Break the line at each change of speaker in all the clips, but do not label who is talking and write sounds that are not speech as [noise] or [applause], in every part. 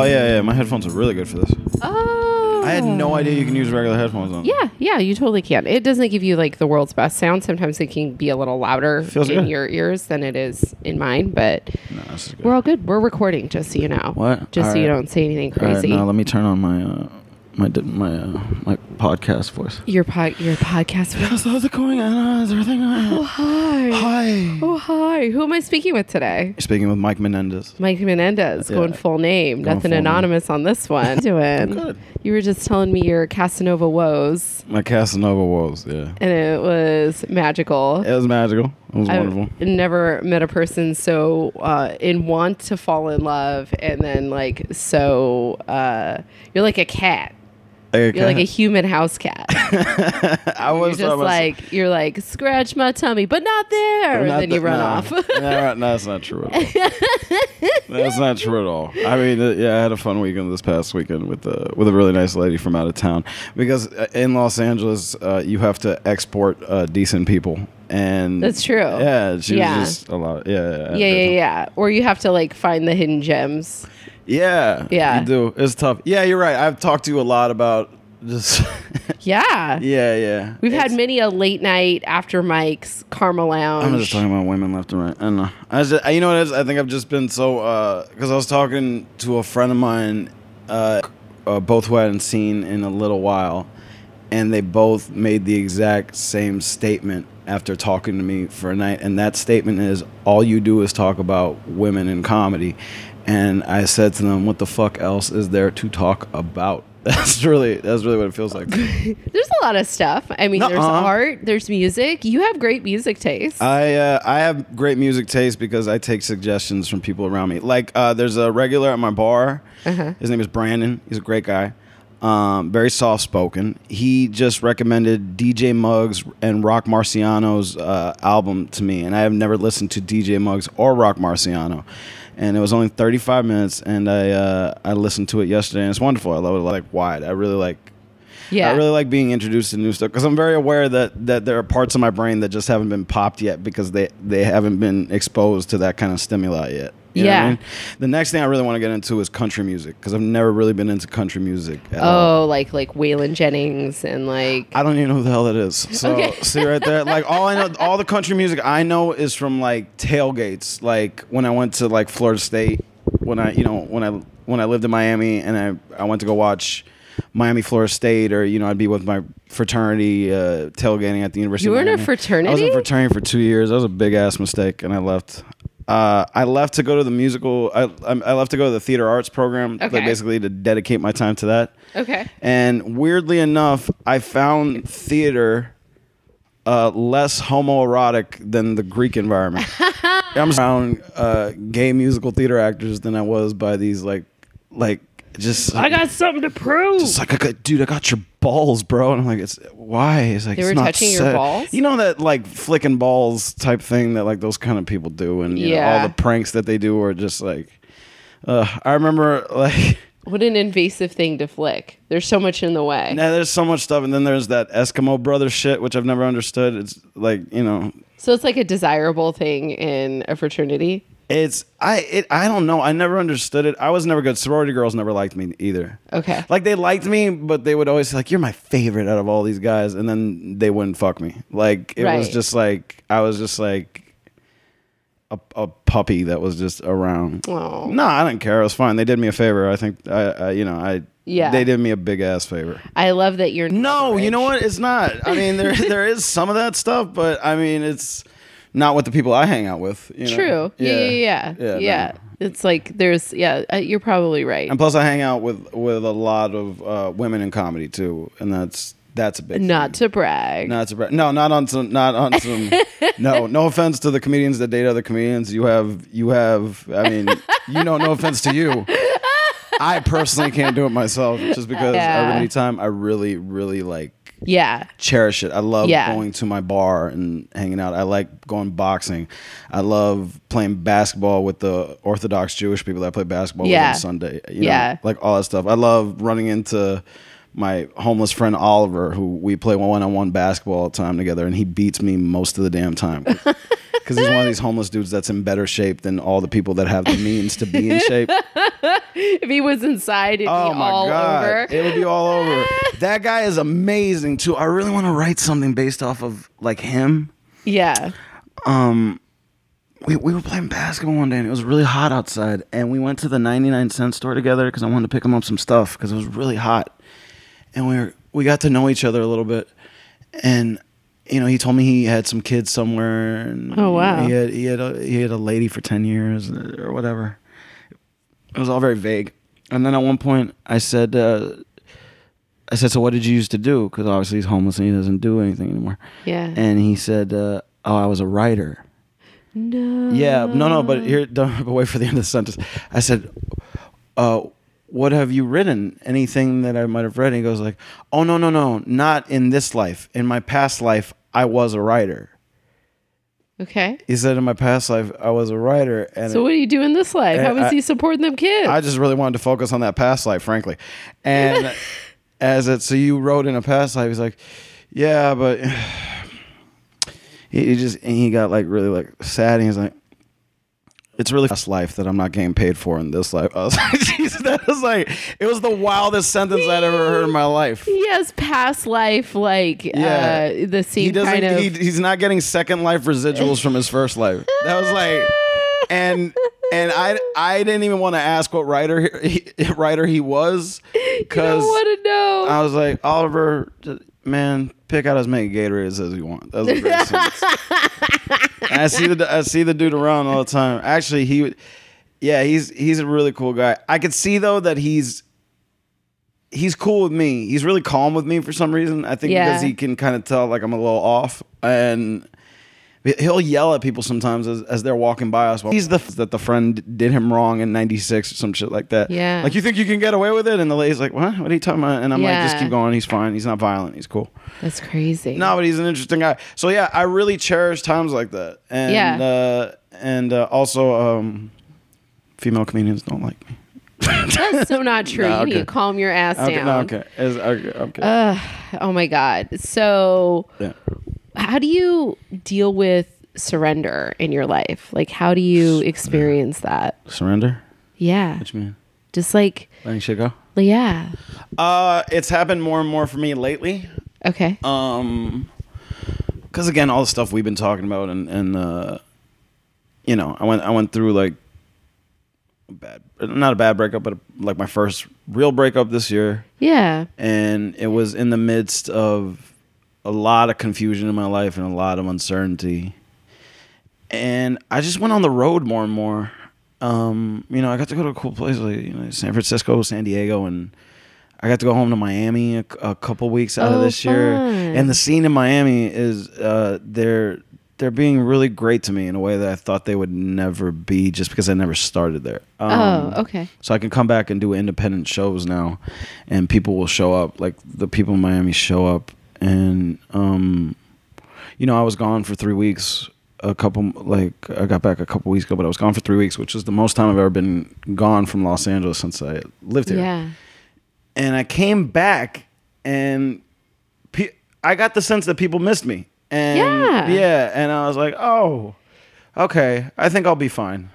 Oh yeah, yeah. My headphones are really good for this.
Oh.
I had no idea you can use regular headphones on.
Yeah, yeah, you totally can. It doesn't give you like the world's best sound. Sometimes it can be a little louder
Feels
in
good.
your ears than it is in mine, but
No, this is good.
we're all good. We're recording, just so you know.
What?
Just so you
Alright.
don't say anything
All right,
crazy.
now let me turn on my uh, my di- my uh, my podcast voice.
your pod, your podcast.
[gasps] Yes, how's it going, Anna? Is everything
Oh
all right?
hi.
Hi.
Oh hi. Who am I speaking with today?
Speaking with Mike Menendez.
Mike Menendez,
Yeah.
going full name,
Going
nothing
full name.
anonymous on this one. doing.
good.
You were just telling me your Casanova woes,
My Casanova woes. Yeah,
and it was magical.
it was magical. It was wonderful.
I've never met a person so uh, in want to fall in love, and then like so uh, you're like a cat. You're
[laughs]
like a human house cat.
I
You're
was
just like you're like scratch my tummy, but not there, and then you run
[laughs]
off.
no, no, that's not true. At all. that's not true at all. I mean, uh, yeah, I had a fun weekend this past weekend with uh, with a really nice lady from out of town because uh, in Los Angeles uh, you have to export uh, decent people, and
That's true.
Yeah, she
Yeah.
was just a lot. Yeah,
[laughs] yeah, yeah, yeah. Or you have to like find the
[laughs]
hidden gems.
yeah,
Yeah.
You do. It's tough. Yeah, you're right. I've talked to you a lot about just.
Yeah,
[laughs] yeah, yeah.
we've
It's-
had many a late night after Mike's Karma Lounge.
I'm just talking about women left and right. I don't know. I just, I- you know what it is? I think I've just been so because I was talking to a friend of mine, uh, uh, both who I hadn't seen in a little while, and they both made the exact same statement after talking to me for a night, and that statement is all you do is talk about women in comedy, and I said to them, "What the fuck else is there to talk about?" [laughs] That's really that's really what it feels like.
There's a lot of stuff. I mean, there's
Nuh-uh.
art, there's music. You have great music taste.
I uh, I have great music taste because I take suggestions from people around me. Like uh, there's a regular at my bar. His name is Brandon. He's a great guy. Um, very soft spoken. He just recommended DJ Muggs and Rock Marciano's uh, album to me, and I have never listened to DJ Muggs or Rock Marciano. And it was only 35 minutes, and I uh, I listened to it yesterday, and it's wonderful. I love it like wide. I really like
yeah,
I really like being introduced to new stuff because I'm very aware that that there are parts of my brain that just haven't been popped yet because they they haven't been exposed to that kind of stimuli yet. You know what I
Yeah.
mean? The next thing I really want to get into is country music because I've never really been into country music. At all.
Oh, like like Waylon Jennings and like
I don't even know who the hell that is. So
Okay.
see right there, like all I know, all the country music I know is from like tailgates. Like when I went to like Florida State, when I you know when I when I lived in Miami and I I went to go watch Miami Florida State or you know I'd be with my fraternity uh, tailgating at the University.
You
of
were in
Miami.
a
I was in
fraternity?
a fraternity for two years. That was a big ass mistake, and I left. Uh, I left to go to the musical. I, I I left to go to the theater arts program, like
Okay.
basically to dedicate my time to that.
okay.
And weirdly enough, I found theater uh, less homoerotic than the Greek
[laughs]
environment. I'm around uh, gay musical theater actors than I was by these like, like just I
got something to prove.
it's like, I got, dude, I got your balls, bro. And I'm like, it's why? It's like
They
it's
were
not
touching your
said.
balls?
You know that like flicking balls type thing that like those kind of people do, and you know,
Yeah.
all the pranks that they do are just like. Uh, I remember like.
what an invasive thing to flick. There's so much in the way.
Now there's so much stuff, and then there's that Eskimo brother shit, which I've never understood. It's like you know,
So it's like a desirable thing in a fraternity.
it's I it I don't know. I never understood it. I was never good. Sorority girls never liked me either.
Okay.
Like they liked me, but they would always like, "You're my favorite out of all these guys," and then they wouldn't fuck me. Like it was
Right.
just like I was just like a, a puppy that was just around.
Oh.
No, I didn't care. It was fine. They did me a favor. I think I, I you know I
Yeah.
they did me a big ass favor.
I love that you're
No, you
rich.
know what? It's not. I mean,
[laughs]
there there is some of that stuff, but I mean, it's not with the people I hang out with. you know?
True. Yeah, yeah, yeah. Yeah.
no.
It's like there's yeah, uh, you're probably right.
And plus, I hang out with with a lot of uh, women in comedy too, and that's that's a big
Not
thing.
to brag.
Not to bra- no, not on some, not on
[laughs]
some. no, no offense to the comedians that date other comedians. You have, you have. I mean, you know, no offense to
[laughs]
you. I personally can't do it myself, just because
Yeah.
every time I really, really like
yeah.
cherish it. I love
Yeah.
going to my bar and hanging out. I like going boxing. I love playing basketball with the Orthodox Jewish people that I play basketball
Yeah.
with on Sunday. You
Yeah.
Know, like all that stuff. I love running into my homeless friend
[laughs]
Oliver, who we play one on one basketball all the time together, and he beats me most of the damn time. because he's one of these homeless dudes that's in better shape than all the people that have the means to be in shape.
if he was inside, it'd
Oh
be
my
all
god,
over.
it would be all
[laughs]
over. That guy is amazing too. I really want to write something based off of like him.
yeah.
we, we were playing basketball one day and it was really hot outside and we went to the 99 cent store together because i wanted to pick him up some stuff because it was really hot and we were we got to know each other a little bit and you know he told me he had some kids somewhere and
Oh, wow.
he had he had a, he had a lady for 10 years or whatever it was all very vague and then at one point i said uh, i said so what did you used to do because obviously he's homeless and he doesn't do anything anymore
Yeah.
and he said uh, oh i was a writer
No.
yeah, no, no, but here, [laughs] don't but wait for the end of the sentence. I said, uh, "What have you written? Anything that I might have read?" And he goes like, "Oh no, no, no, not in this life. In my past life, I was a writer."
Okay.
He said, "In my past life, I was a writer." And
So what do you do in this life? How is
Uh, I-
he supporting them kids?
I just really wanted to focus on that past life, frankly. And as it, so you wrote in a past life, he's like, yeah, but he, he just, and he got like really like sad. And he's like, it's really past life that I'm not getting paid for in this life. [laughs] I was like, Jesus, that was like, it was the wildest sentence I'd ever heard in my life.
he has past life, like
Yeah.
uh, the
He
same
doesn't,
kind of.
he, he's not getting second life residuals from his first life. That was
[laughs]
like, and, and I, I didn't even want to ask what writer he, writer he was
I don't
because
want to know.
I was like, Oliver, just- man, pick out as many Gatorades as you want. That was a
[laughs]
great sentence. And I see the I see the dude around all the time. Actually, he, would- yeah, he's he's a really cool guy. I could see though that he's he's cool with me. He's really calm with me for some reason. I think
Yeah.
because he can kind of tell like I'm a little off and. He'll yell at people sometimes as, as they're walking by us. He's the f- that the friend did him wrong in '96 or some shit like that.
Yeah.
like you think you can get away with it, and the lady's like, "What? What are you talking about?" And I'm like, "Just
Yeah.
keep going. He's fine. He's not violent. He's cool."
That's crazy.
No, but he's an interesting guy. So yeah, I really cherish times like that. And
Yeah.
uh, and uh, also um, female comedians don't like me.
That's
[laughs]
so not true.
No,
you need
okay.
to calm your ass
Okay,
down.
no, okay. It's- okay, okay.
Oh my god. So
yeah.
how do you deal with surrender in your life? Like how do you experience that?
Surrender.
Yeah.
What you mean?
Just like
Letting shit go.
yeah.
Uh, it's happened more and more for me lately.
Okay.
Um, because again, all the stuff we've been talking about, and and uh, you know, I went I went through like a bad, not a bad breakup, but like my first real breakup this year.
yeah.
and it was in the midst of a lot of confusion in my life and a lot of uncertainty. And I just went on the road more and more. Um, you know, I got to go to cool places like you know, San Francisco, San Diego, and I got to go home to Miami a, a couple weeks out of
Oh,
this year.
fun.
And the scene in Miami is uh, they're they're being really great to me in a way that I thought they would never be, just because I never started there. Um,
oh, okay.
so I can come back and do independent shows now, and people will show up. Like the people in Miami show up, and um, you know, I was gone for three weeks. A couple, like I got back a couple weeks ago, but I was gone for three weeks, which is the most time I've ever been gone from Los Angeles since I lived here
Yeah.
and I came back, and pe- I got the sense that people missed me. And
Yeah.
yeah, and I was like, oh, okay, I think I'll be fine.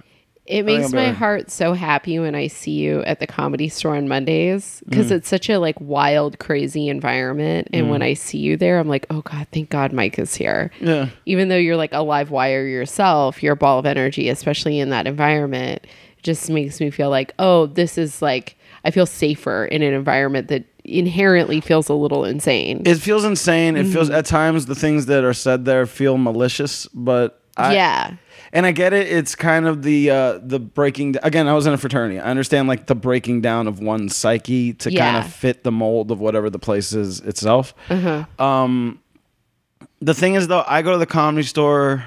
It makes
I'm
my
better.
heart so happy when I see you at the comedy store on Mondays
Mm.
because it's such a like wild, crazy environment. And when I see you there, I'm like, oh God, thank God Mike is here.
Yeah.
Even though you're like a live wire yourself, you're a ball of energy, especially in that environment. It just makes me feel like, oh, this is like, I feel safer in an environment that inherently feels a little insane.
It feels insane. It feels
Mm-hmm.
at times the things that are said there feel malicious, but I,
yeah.
and I get it. It's kind of the uh, the breaking. d- Again, I was in a fraternity. I understand like the breaking down of one's psyche to
Yeah.
kind of fit the mold of whatever the place is itself.
Mm-hmm.
Um, the thing is, though, I go to the comedy store.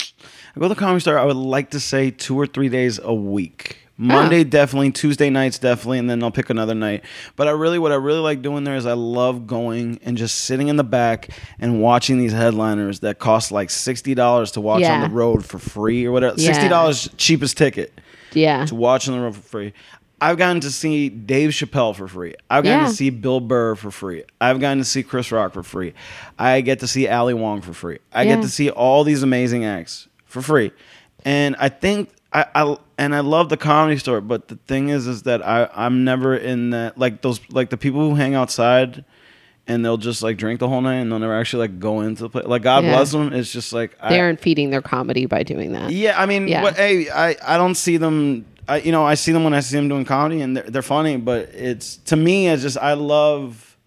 I go to the comedy store. I would like to say two or three days a week. Monday definitely, Tuesday nights definitely, and then I'll pick another night. But I really, what I really like doing there is I love going and just sitting in the back and watching these headliners that cost like sixty dollars to watch on
Yeah.
the road for free or whatever.
Yeah.
Sixty dollars cheapest ticket
Yeah.
to watch on the road for free. I've gotten to see Dave Chappelle for free. I've gotten
Yeah.
to see Bill Burr for free. I've gotten to see Chris Rock for free. I get to see Ali Wong for free. I
Yeah.
get to see all these amazing acts for free. And I think I, I and I love the comedy store, but the thing is is that I, I'm never in that like those like the people who hang outside and they'll just like drink the whole night and they'll never actually like go into the place. Like God
Yeah.
bless them. It's just like
They
I,
aren't feeding their comedy by doing that.
yeah, I mean,
Yeah.
What, hey, I, I don't see them. I, you know, I see them when I see them doing comedy, and they're, they're funny. But it's to me, it's just I love,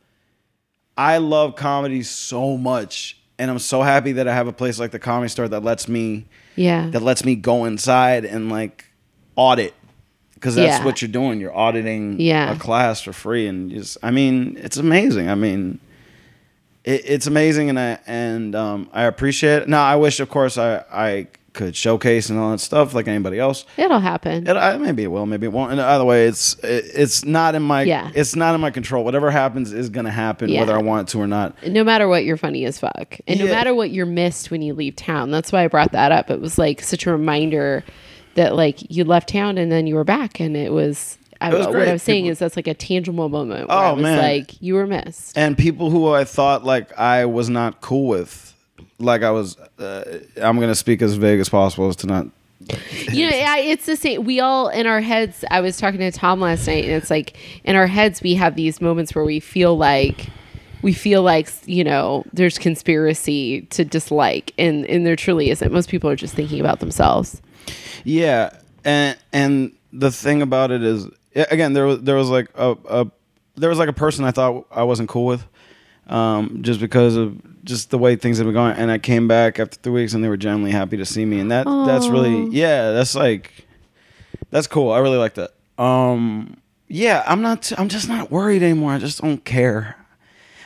I love comedy so much, and I'm so happy that I have a place like the Comedy Store that lets me
Yeah.
that lets me go inside and like audit because that's
Yeah.
what you're doing. You're auditing
Yeah.
a class for free, and you just I mean, it's amazing. I mean, it, it's amazing, and I and um, I appreciate it. Now, I wish, of course, I I could showcase and all that stuff like anybody else.
It'll happen.
It, I, maybe it will, maybe it won't. And either way, it's it, it's not in my
Yeah.
it's not in my control. Whatever happens is gonna happen,
Yeah.
whether I want it to or not.
no matter what, you're funny as fuck. And no
Yeah.
matter what, you're missed when you leave town. That's why I brought that up. It was like such a reminder that like you left town and then you were back. And it was, I,
It was
what
great.
I was saying
People-
is that's like a tangible moment where I
Oh,
was
man.
like, you were missed.
and people who I thought like I was not cool with, like I was. Uh, I'm gonna speak as vague as possible as to not.
you know, yeah, it's the same. We all in our heads. I was talking to Tom last night, and it's like in our heads we have these moments where we feel like we feel like you know there's conspiracy to dislike, and and there truly isn't. Most people are just thinking about themselves.
Yeah, and and the thing about it is, a- again, there was there was like a, a there was like a person I thought I wasn't cool with, um, just because of just the way things had been going. And I came back after three weeks, and they were genuinely happy to see me, and that that's really yeah, that's like that's cool. I really like that. Um, yeah, I'm not. I'm just not worried anymore. I just don't care.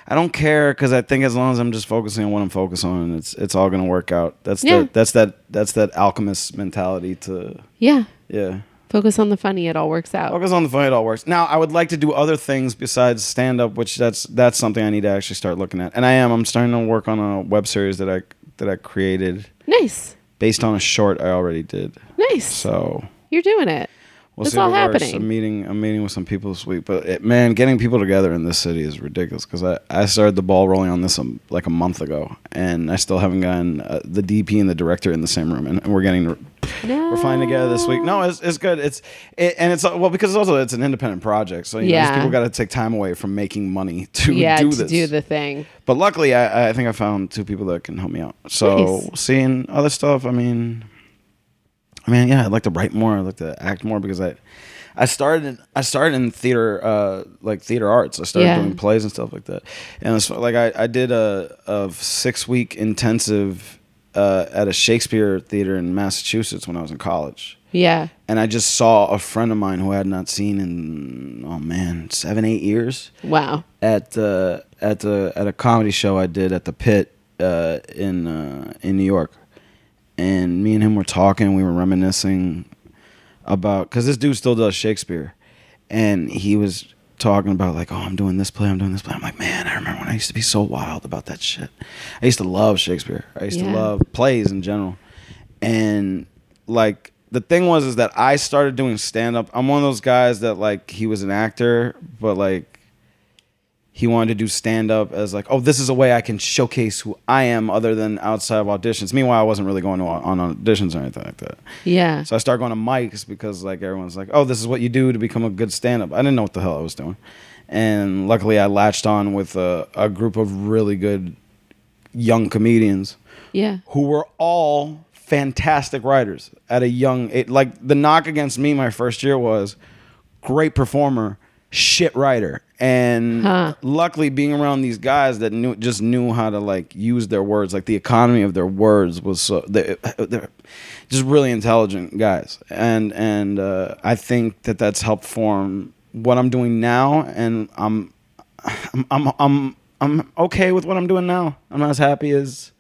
I don't care because I think as long as I'm just focusing on what I'm focused on, it's it's all gonna work out. That's
Yeah.
the, that's that that's that alchemist mentality to
Yeah,
yeah.
focus on the funny; it all works out.
Focus on the funny. It all works. Now I would like to do other things besides stand up, which that's that's something I need to actually start looking at. And I am. I'm starting to work on a web series that I that I created
Nice,
based on a short I already did.
nice.
So
You're doing it.
We'll
It's
see if
all
it works.
happening.
I'm meeting. I'm meeting with some people this week, but it, man, getting people together in this city is ridiculous. Because I, I started the ball rolling on this um, like a month ago, and I still haven't gotten uh, the DP and the director in the same room, and, and we're getting
No.
we're flying together this week. No, it's, it's good. It's it, and it's well because it's also it's an independent project, so you know,
Yeah.
these people got to take time away from making money to
yeah,
do
to
this.
do the thing.
but luckily, I, I think I found two people that can help me out. So
Nice.
seeing other stuff, I mean, I mean, yeah, I'd like to write more. I'd like to act more because I, I started in, I started in theater, uh, like theater arts. I started
Yeah.
doing plays and stuff like that. And it's like I, I did a, a six week intensive uh, at a Shakespeare theater in Massachusetts when I was in college.
Yeah,
And I just saw a friend of mine who I had not seen in oh man seven eight years
wow.
at uh, at the at a comedy show I did at the Pit uh, in uh, in New York, and me and him were talking. We were reminiscing about because this dude still does Shakespeare, and he was talking about like, oh, I'm doing this play, I'm doing this play. I'm like, man, I remember when I used to be so wild about that shit. I used to love Shakespeare. I used
Yeah.
to love plays in general, and like. The thing was is that I started doing stand up. I'm one of those guys that like he was an actor, but like he wanted to do stand up as like, oh, this is a way I can showcase who I am other than outside of auditions. Meanwhile, I wasn't really going to, on auditions or anything like that.
Yeah,
So I started going to mics because like everyone's like, oh, this is what you do to become a good stand up. I didn't know what the hell I was doing, and luckily I latched on with a, a group of really good young comedians
yeah,
who were all fantastic writers at a young it, like the knock against me my first year was great performer shit writer and
Huh.
luckily being around these guys that knew just knew how to like use their words like the economy of their words was so they, [laughs] they're just really intelligent guys and and uh, i think that that's helped form what i'm doing now and i'm [laughs] i'm i'm i'm, I'm okay with what i'm doing now i'm not as happy as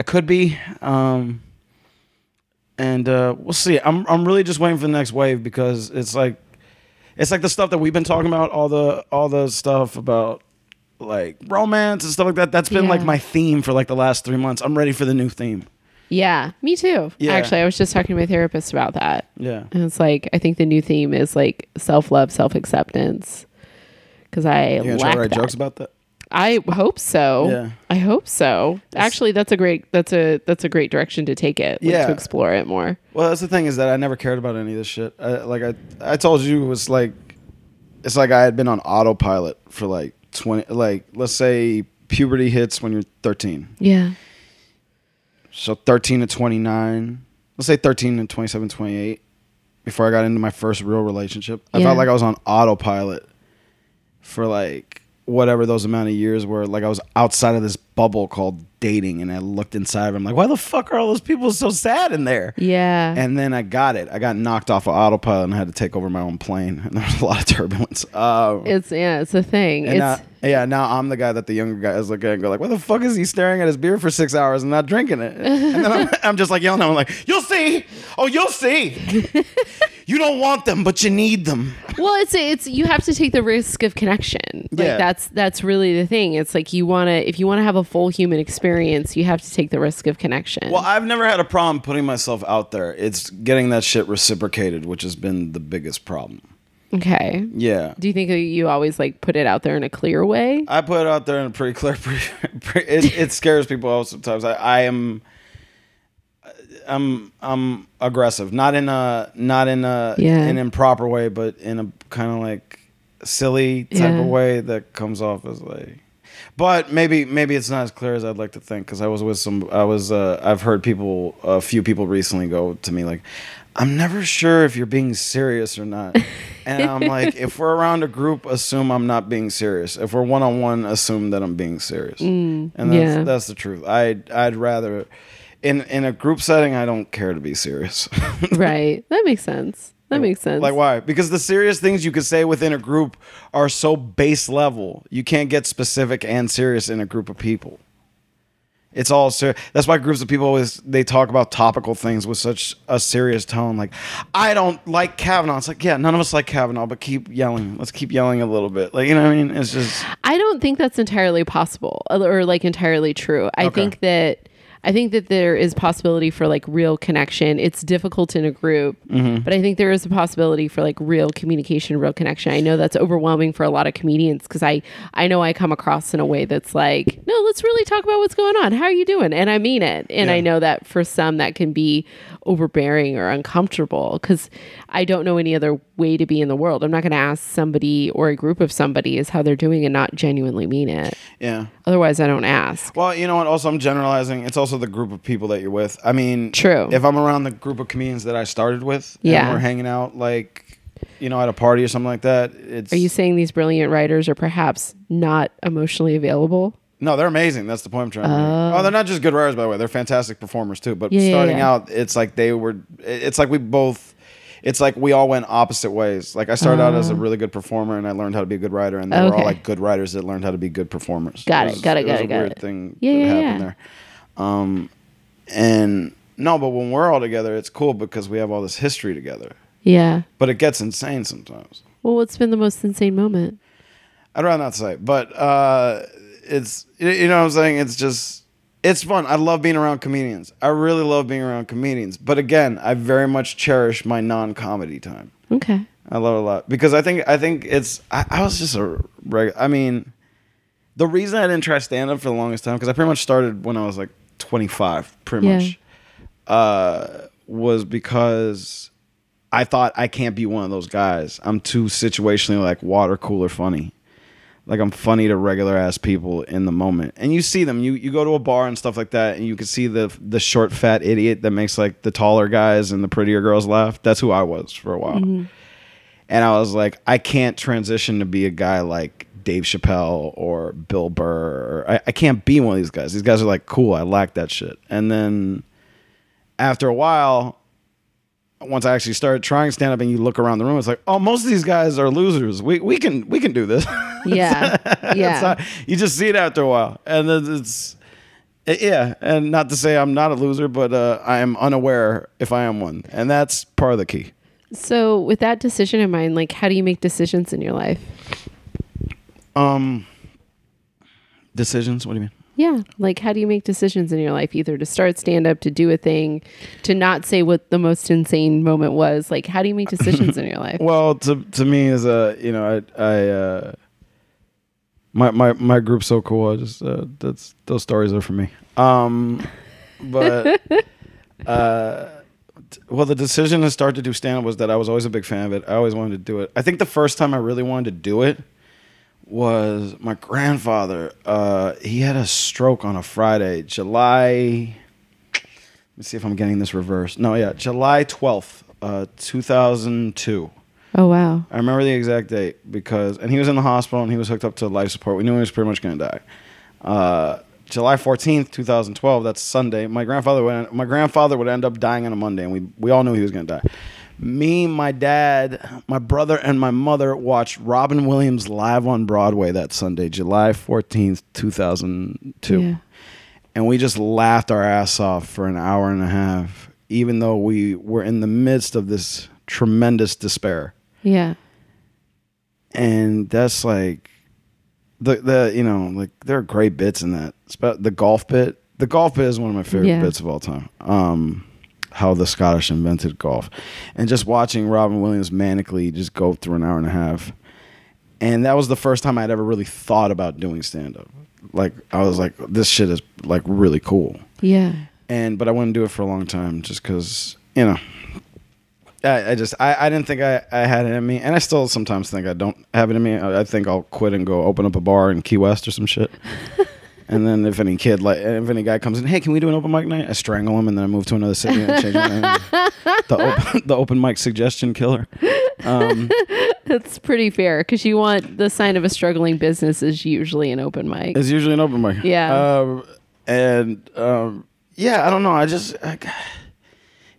I could be. Um, and uh, we'll see. I'm I'm really just waiting for the next wave because it's like it's like the stuff that we've been talking about, all the all the stuff about like romance and stuff like that. That's been like
Yeah.
my theme for like the last three months. I'm ready for the new theme.
Yeah, me too.
Yeah.
Actually, I was just talking to my therapist about that.
Yeah.
And it's like, I think the new theme is like self love, self acceptance. Because I
You gonna try
lack
to write
that.
jokes about that?
I hope so.
Yeah.
I hope so. Actually, that's a great that's a that's a great direction to take it. Like,
Yeah.
To explore it more.
Well, that's the thing is that I never cared about any of this shit. I, like I, I told you it was like, it's like I had been on autopilot for like twenty. Like let's say puberty hits when you're thirteen.
Yeah.
So thirteen to twenty nine. Let's say thirteen to 27, 28. Before I got into my first real relationship, I
Yeah.
felt like I was on autopilot for like whatever those amount of years were. Like I was outside of this bubble called dating, and I looked inside. And I'm like, why the fuck are all those people so sad in there?
Yeah.
And then I got it. I got knocked off of autopilot and had to take over my own plane. And [laughs] there was a lot of turbulence. Um,
it's yeah, it's a thing.
and uh,
it's
now, yeah, now I'm the guy that the younger guy is looking at and go like, "What the fuck is he staring at his beer for six hours and not drinking it?" And then I'm, I'm just like yelling at him like, "You'll see! Oh, you'll see! you don't want them, but you need them."
well it's it's you have to take the risk of connection like
Yeah.
that's that's really the thing it's like you want to if you want to have a full human experience you have to take the risk of connection
Well, I've never had a problem putting myself out there. It's getting that shit reciprocated, which has been the biggest problem.
okay
Yeah.
do you think that you always like put it out there in a
[laughs]
clear way
I put it out there in a pretty clear. [laughs] Pre- pre- it, it scares people out sometimes. I, I am, I'm, I'm aggressive. Not in a, not in a,
Yeah.
an improper way, but in a kind of like silly type
Yeah.
of way that comes off as like. But maybe, maybe it's not as clear as I'd like to think because I was with some. I was. Uh, I've heard people, a few people recently go to me like. I'm never sure if you're being serious or not. And
[laughs]
I'm like, if we're around a group, assume I'm not being serious. If we're one on one, assume that I'm being serious. and that's,
Mm, yeah.
that's the truth. I I'd rather in in a group setting, I don't care to be serious. [laughs]
right that makes sense that makes sense
like why? Because the serious things you could say within a group are so base level. You can't get specific and serious in a group of people. It's all ser- that's why groups of people always they talk about topical things with such a serious tone. Like, I don't like Kavanaugh. It's like, yeah, none of us like Kavanaugh, but keep yelling. Let's keep yelling a little bit. Like, you know what I mean? It's just
I don't think that's entirely possible uh, or like entirely true. I
Okay.
think that I think that there is possibility for like real connection. It's difficult in a group, but I think there is a possibility for like real communication, real connection. I know that's overwhelming for a lot of comedians because I I know I come across in a way that's like, no, let's really talk about what's going on. How are you doing? And I mean it. And I
Yeah.
know that for some that can be overbearing or uncomfortable because I don't know any other way to be in the world. I'm not going to ask somebody or a group of somebody is how they're doing and not genuinely mean it.
yeah.
Otherwise, I don't ask.
Well, you know what? Also, I'm generalizing. It's also the group of people that you're with. I mean,
True.
If I'm around the group of comedians that I started with,
Yeah.
and we're hanging out like, you know, at a party or something like that. It's
Are you saying these brilliant writers are perhaps not emotionally available?
no, they're amazing. That's the point I'm trying. to make. Oh, they're not just good writers, by the way. They're fantastic performers too. But
Yeah, yeah,
starting
yeah.
out, it's like they were. It's like we both. It's like we all went opposite ways. Like I started out as a really good performer, and I learned how to be a good writer, and they were all
Oh. Okay.
like good writers that learned how to be good performers.
Got it, got it, got
was
it,
a
got
weird
it.
Thing
Yeah,
that
yeah,
happened
yeah.
there. Um, And no, but when we're all together, it's cool because we have all this history together.
Yeah.
But it gets insane sometimes.
Well, what's been the most insane moment?
I'd rather not say, but uh, it's you- you know what I'm saying. It's just it's fun. I love being around comedians. I really love being around comedians. But again, I very much cherish my non-comedy time.
Okay.
I love it a lot because I think I think it's I, I was just a reg. I mean, the reason I didn't try stand up for the longest time because I pretty much started when I was like 25, pretty
Yeah.
much, uh, was because I thought I can't be one of those guys. I'm too situationally like water cooler funny. Like I'm funny to regular ass people in the moment, and you see them. You you go to a bar and stuff like that, and you can see the the short fat idiot that makes like the taller guys and the prettier girls laugh. That's who I was for a while and I was like, I can't transition to be a guy like Dave Chappelle or Bill Burr. Or I, I can't be one of these guys. These guys are like, cool, I like that shit. And then after a while, once I actually started trying stand up and you look around the room, it's like, oh, most of these guys are losers. We we can we can do this. [laughs]
[laughs] Yeah.
It's
yeah.
not- you just see it after a while, and then it's it- yeah. And not to say I'm not a loser, but uh, I am unaware if I am one, and that's part of the key.
So, with that decision in mind, like, how do you make decisions in your life?
Um, decisions. What do you mean?
Yeah. Like, how do you make decisions in your life? Either to start stand up, to do a thing, to not say what the most insane moment was. Like, how do you make decisions in your life?
[laughs] Well, to to me is uh, you know I I uh, my my my group's so cool. I just uh, that's those stories are for me. Um, but [laughs] uh, t- well, the decision to start to do stand up was that I was always a big fan of it. I always wanted to do it. I think the first time I really wanted to do it was my grandfather. Uh, he had a stroke on a Friday, July. Let's see if I'm getting this reversed. No, yeah, July 12th, uh, 2002.
[laughs] Oh, wow.
I remember the exact date because, and he was in the hospital and he was hooked up to life support. We knew he was pretty much going to die. Uh, July 14th, 2012, that's Sunday. My grandfather would, my grandfather would end up dying on a Monday, and we, we all knew he was going to die. Me, my dad, my brother, and my mother watched Robin Williams live on Broadway that Sunday, July 14th, 2002
Yeah.
and we just laughed our ass off for an hour and a half, even though we were in the midst of this tremendous despair.
Yeah.
And that's like the the you know like there are great bits in that. It's about the golf bit. The golf bit is one of my favorite
Yeah.
bits of all time. Um, how the Scottish invented golf, and just watching Robin Williams manically just go through an hour and a half. And that was the first time I'd ever really thought about doing stand up. Like I was like, this shit is like really cool
Yeah.
and but I wouldn't do it for a long time just because you know. I, I just I, I didn't think I, I had it in me, and I still sometimes think I don't have it in me. I, I think I'll quit and go open up a bar in Key West or some shit. and then if any kid like if any guy comes in, hey, can we do an open mic night? I strangle him, and then I move to another city and change my name. the open, the open mic suggestion killer.
That's pretty fair because you want the sign of a struggling business is usually an open mic.
It's usually an open mic.
Yeah.
Um, and um, yeah, I don't know. I just, I,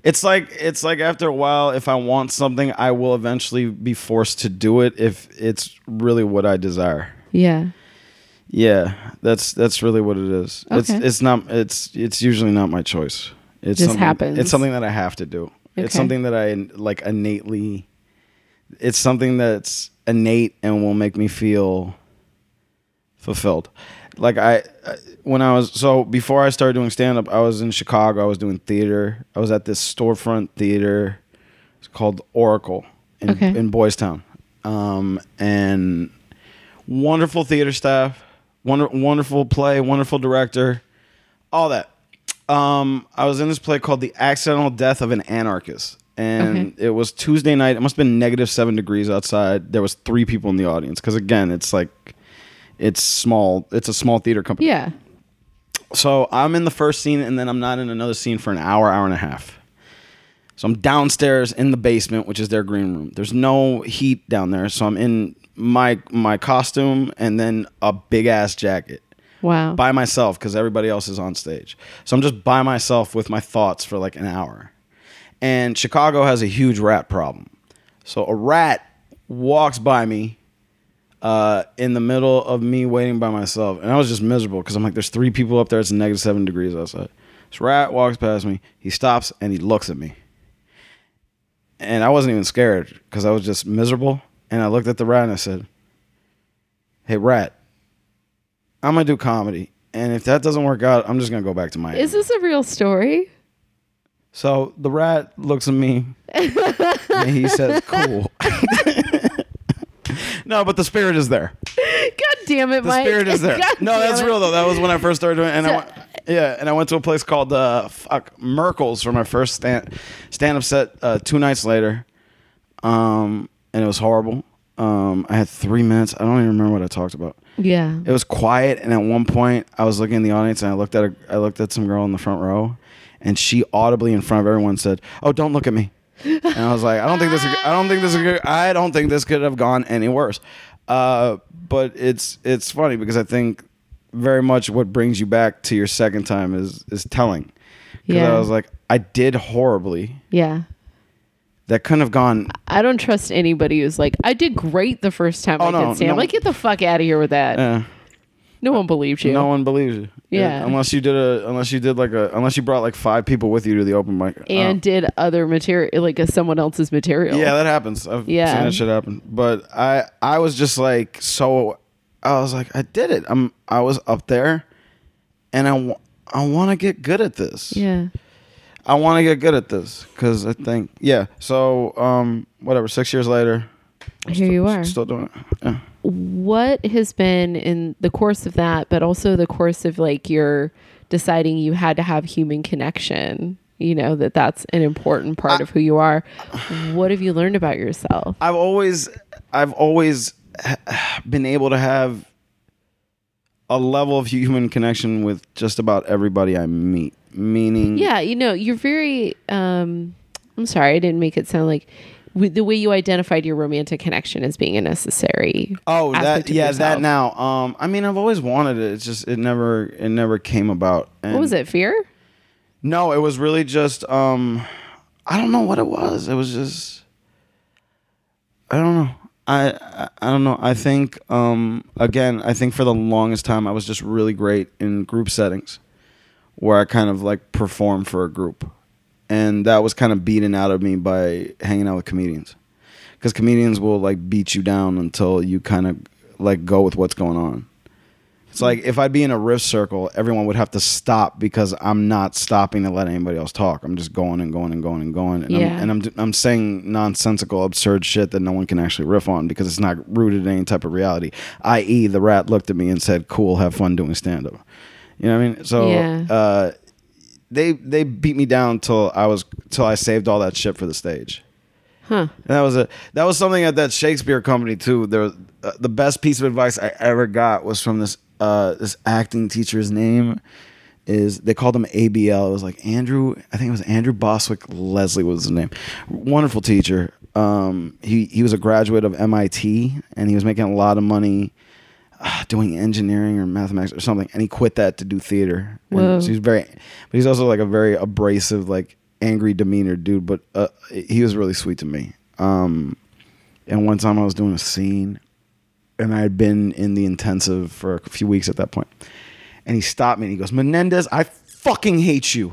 it's like it's like after a while, if I want something, I will eventually be forced to do it if it's really what I desire.
yeah.
Yeah, that's that's really what it is. It's
Okay.
it's not it's it's usually not my choice. It's
Just
something,
happens.
It's something that I have to do. It's
Okay.
something that I like innately. It's something that's innate and will make me feel fulfilled. Like I, I when I was so before I started doing stand up, I was in Chicago. I was doing theater. I was at this storefront theater. It's called Oracle in
Okay.
in Boys Town. Um, and wonderful theater staff, wonder, wonderful play, wonderful director, all that. Um, I was in this play called The Accidental Death of an Anarchist. And it was Tuesday night. It must have been negative seven degrees outside. There was three people in the audience. Because again, it's like it's small. It's a small theater company.
Yeah.
So I'm in the first scene, and then I'm not in another scene for an hour, hour and a half. So I'm downstairs in the basement, which is their green room. There's no heat down there, so I'm in my my costume and then a big ass jacket
Wow.
by myself because everybody else is on stage. So I'm just by myself with my thoughts for like an hour. And Chicago has a huge rat problem. So a rat walks by me uh, in the middle of me waiting by myself. And I was just miserable because I'm like, there's three people up there. It's negative seven degrees outside. This rat walks past me. He stops and he looks at me. And I wasn't even scared because I was just miserable. And I looked at the rat and I said, Hey, rat, I'm going to do comedy. And if that doesn't work out, I'm just going to go back to my.
Is this a real story?
[laughs] So the rat looks at me and he says, Cool. [laughs] no, but the spirit is there.
God damn it,
The
Mike.
spirit
[laughs]
is there.
God
no,
damn
that's
it.
real though. That was when I first started doing it. And I
So-
went, yeah, and I went to a place called uh, fuck Merkel's for my first stand stand up set uh, two nights later. Um, and it was horrible. Um, I had three minutes. I don't even remember what I talked about.
Yeah.
It was quiet, and at one point, I was looking in the audience, and I looked at a, I looked at some girl in the front row, and she audibly in front of everyone said, "Oh, don't look at me." And I was like, "I don't think this. I don't think this. I don't think this could have gone any worse." Uh, but it's it's funny because I think very much what brings you back to your second time is is telling. Because
Yeah.
I was like, I did horribly.
Yeah.
That couldn't have gone.
I don't trust anybody who's like, I did great the first time
Oh,
I
no,
did stand.
no.
up Like, get the fuck out of here with that.
Uh,
no one believes you.
No uh, one believes you.
Yeah.
Unless you did a unless you did like a unless you brought like five people with you to the open mic. I don't-
and did other material, like a someone else's material.
Yeah, that happens. I've
Yeah.
seen that shit happen. But I I was just like so I was like, I did it. I'm I was up there and I, w- I want to get good at this.
Yeah.
I want to get good at this because I think yeah. So um, whatever. Six years later, I'm
Here
still,
you are.
Still doing it. Yeah.
What has been in the course of that, but also the course of like your deciding you had to have human connection, you know, that that's an important part of who you are. What have you learned about yourself?
I've always I've always [sighs] been able to have a level of human connection with just about everybody I meet. Meaning,
Yeah, you know, you're very. Um, I'm sorry, I didn't make it sound like w- the way you identified your romantic connection as being a necessary.
Oh,
aspect
that
of
yeah,
yourself.
that now. Um, I mean, I've always wanted it. It's just it never it never came about. And
What was it? Fear?
No, it was really just um, I don't know what it was. It was just I don't know. I I, I don't know. I think um, again, I think for the longest time I was just really great in group settings, where I kind of like perform for a group, and that was kind of beaten out of me by hanging out with comedians, because comedians will like beat you down until you kind of like go with what's going on. It's like if I'd be in a riff circle, everyone would have to stop because I'm not stopping to let anybody else talk. I'm just going and going and going and going, and,
Yeah.
I'm, and I'm I'm saying nonsensical, absurd shit that no one can actually riff on because it's not rooted in any type of reality. I.e., the rat looked at me and said, "Cool, have fun doing stand up." You know what I mean? So
Yeah.
uh, they they beat me down till I was till I saved all that shit for the stage.
Huh.
And that was a that was something at that Shakespeare company too. There, was- uh, the best piece of advice I ever got was from this uh, this acting teacher's name is they called him ABL. It was like Andrew, I think it was Andrew Boswick Leslie was his name. Wonderful teacher. Um, he he was a graduate of MIT and he was making a lot of money uh, doing engineering or mathematics or something, and he quit that to do theater. And
Whoa.
so he's very, but he's also like a very abrasive, like angry demeanor dude. But uh, he was really sweet to me. Um, and one time I was doing a scene, and I had been in the intensive for a few weeks at that point, and he stopped me and he goes, "Menendez, I fucking hate you."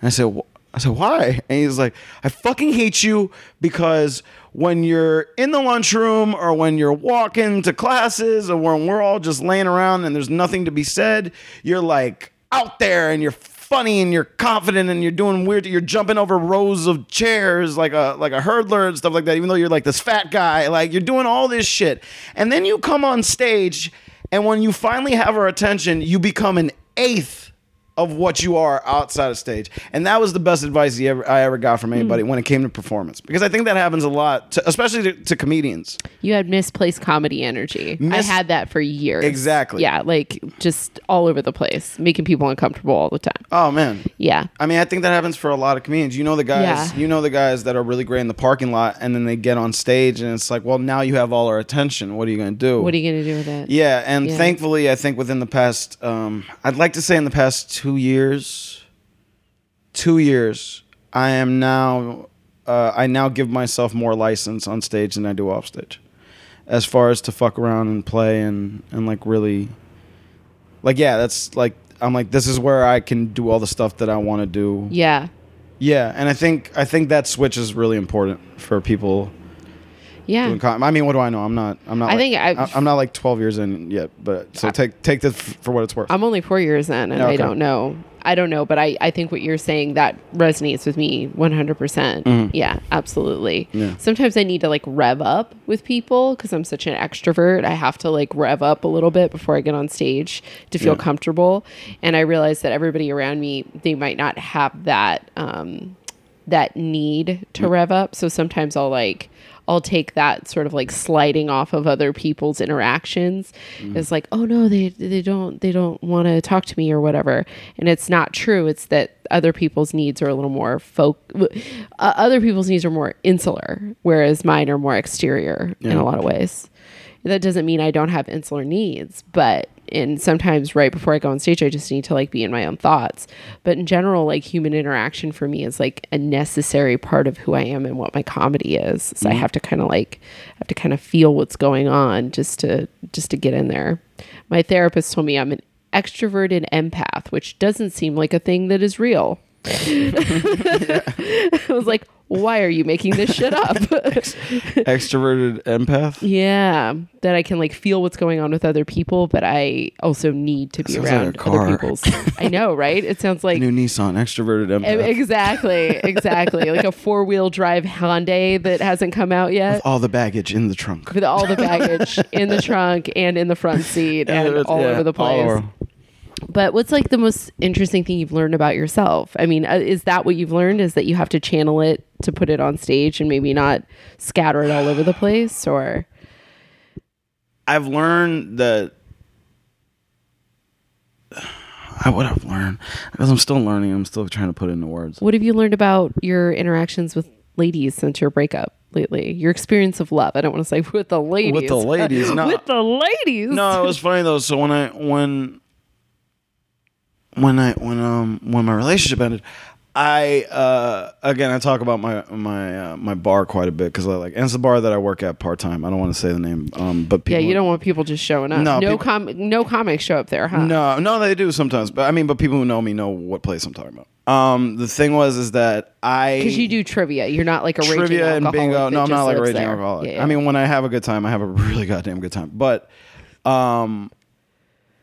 And I said, "Wh- I said, why? And he's like, I fucking hate you because when you're in the lunchroom or when you're walking to classes or when we're all just laying around and there's nothing to be said, you're like out there and you're funny and you're confident and you're doing weird you're jumping over rows of chairs like a like a hurdler and stuff like that even though you're like this fat guy like you're doing all this shit and then you come on stage and when you finally have our attention you become an eighth of what you are outside of stage. And that was the best advice he ever, I ever got from
Hmm.
anybody when it came to performance. Because I think that happens a lot, to, especially to, to comedians.
You had misplaced comedy energy.
Mis-
I had that for years.
Exactly.
Yeah, like just all over the place, making people uncomfortable all the time.
Oh, man.
Yeah.
I mean, I think that happens for a lot of comedians. You know the guys,
Yeah.
you know the guys that are really great in the parking lot, and then they get on stage, and it's like, well, now you have all our attention. What are you going to do?
What are you gonna do with it?
Yeah, and
Yeah.
thankfully, I think within the past, um, I'd like to say in the past two years, two years, I am now, uh, I now give myself more license on stage than I do off stage, as far as to fuck around and play and and like really, like yeah, that's like I'm like this is where I can do all the stuff that I want to do.
Yeah.
Yeah, and I think I think that switch is really important for people
Yeah.
doing com- I mean, what do I know? I'm not. I'm not.
I
like-
think I-
I'm not like 12 years in yet. But so take take this f- for what it's worth.
I'm only four years in, and I
Okay.
don't know. I don't know, but I, I think what you're saying that resonates with me 100%. Yeah, absolutely.
Mm-hmm. Yeah.
Sometimes I need to like rev up with people because I'm such an extrovert. I have to like rev up a little bit before I get on stage to feel
Yeah.
comfortable. And I realize that everybody around me, they might not have that um, that need to rev up. So sometimes I'll like I'll take that sort of like sliding off of other people's interactions as like, oh no, they they don't they don't want to talk to me or whatever. And it's not true. It's that other people's needs are a little more folk. Uh, other people's needs are more insular, whereas mine are more exterior in a lot of ways. That doesn't mean I don't have insular needs, but and sometimes right before I go on stage, I just need to like be in my own thoughts. But in general, like human interaction for me is like a necessary part of who I am and what my comedy is. So I have to kind of like I have to kind of feel what's going on just to just to get in there. My therapist told me I'm an extroverted empath, which doesn't seem like a thing that is real. [laughs] I was like, why are you making this shit
[laughs]
up?
Extroverted empath.
yeah, that I can like feel what's going on with other people, but I also need to be
Sounds like
around
a
other
car.
people's. [laughs] I know, right? It sounds like
New Nissan. Extroverted
E-
empath.
exactly, exactly, like a four wheel drive Hyundai that hasn't come out yet.
All the baggage in the trunk.
With all the baggage in the trunk and in the front seat and
Yeah,
all
yeah,
over the
all
place.
over.
But what's like the most interesting thing you've learned about yourself? I mean, uh, is that what you've learned? Is that you have to channel it to put it on stage and maybe not scatter it all over the place? Or
I've learned that [sighs] I would have learned because I'm still learning. I'm still trying to put it into words.
what have you learned about your interactions with ladies since your breakup lately? Your experience of love. I don't want to say [laughs] with the ladies.
With the
[laughs]
ladies, no,
With the ladies.
no, it was funny though. So when I when when I when um when my relationship ended, I uh again I talk about my my uh, my bar quite a bit because I like and it's the bar that I work at part time. I don't want to say the name, um, but
Yeah,
people
you don't want people just showing up.
No,
No,
people-
com- no comics show up there, huh?
No, no, they do sometimes. But I mean, but people who know me know what place I'm talking about. Um, the thing was is that I
Because you do trivia. You're not like a raging
trivia and
alcoholic
bingo.
that
No, I'm
just
not like a
lives
raging
there.
alcoholic.
Yeah, yeah.
I mean, when I have a good time, I have a really goddamn good time. But um,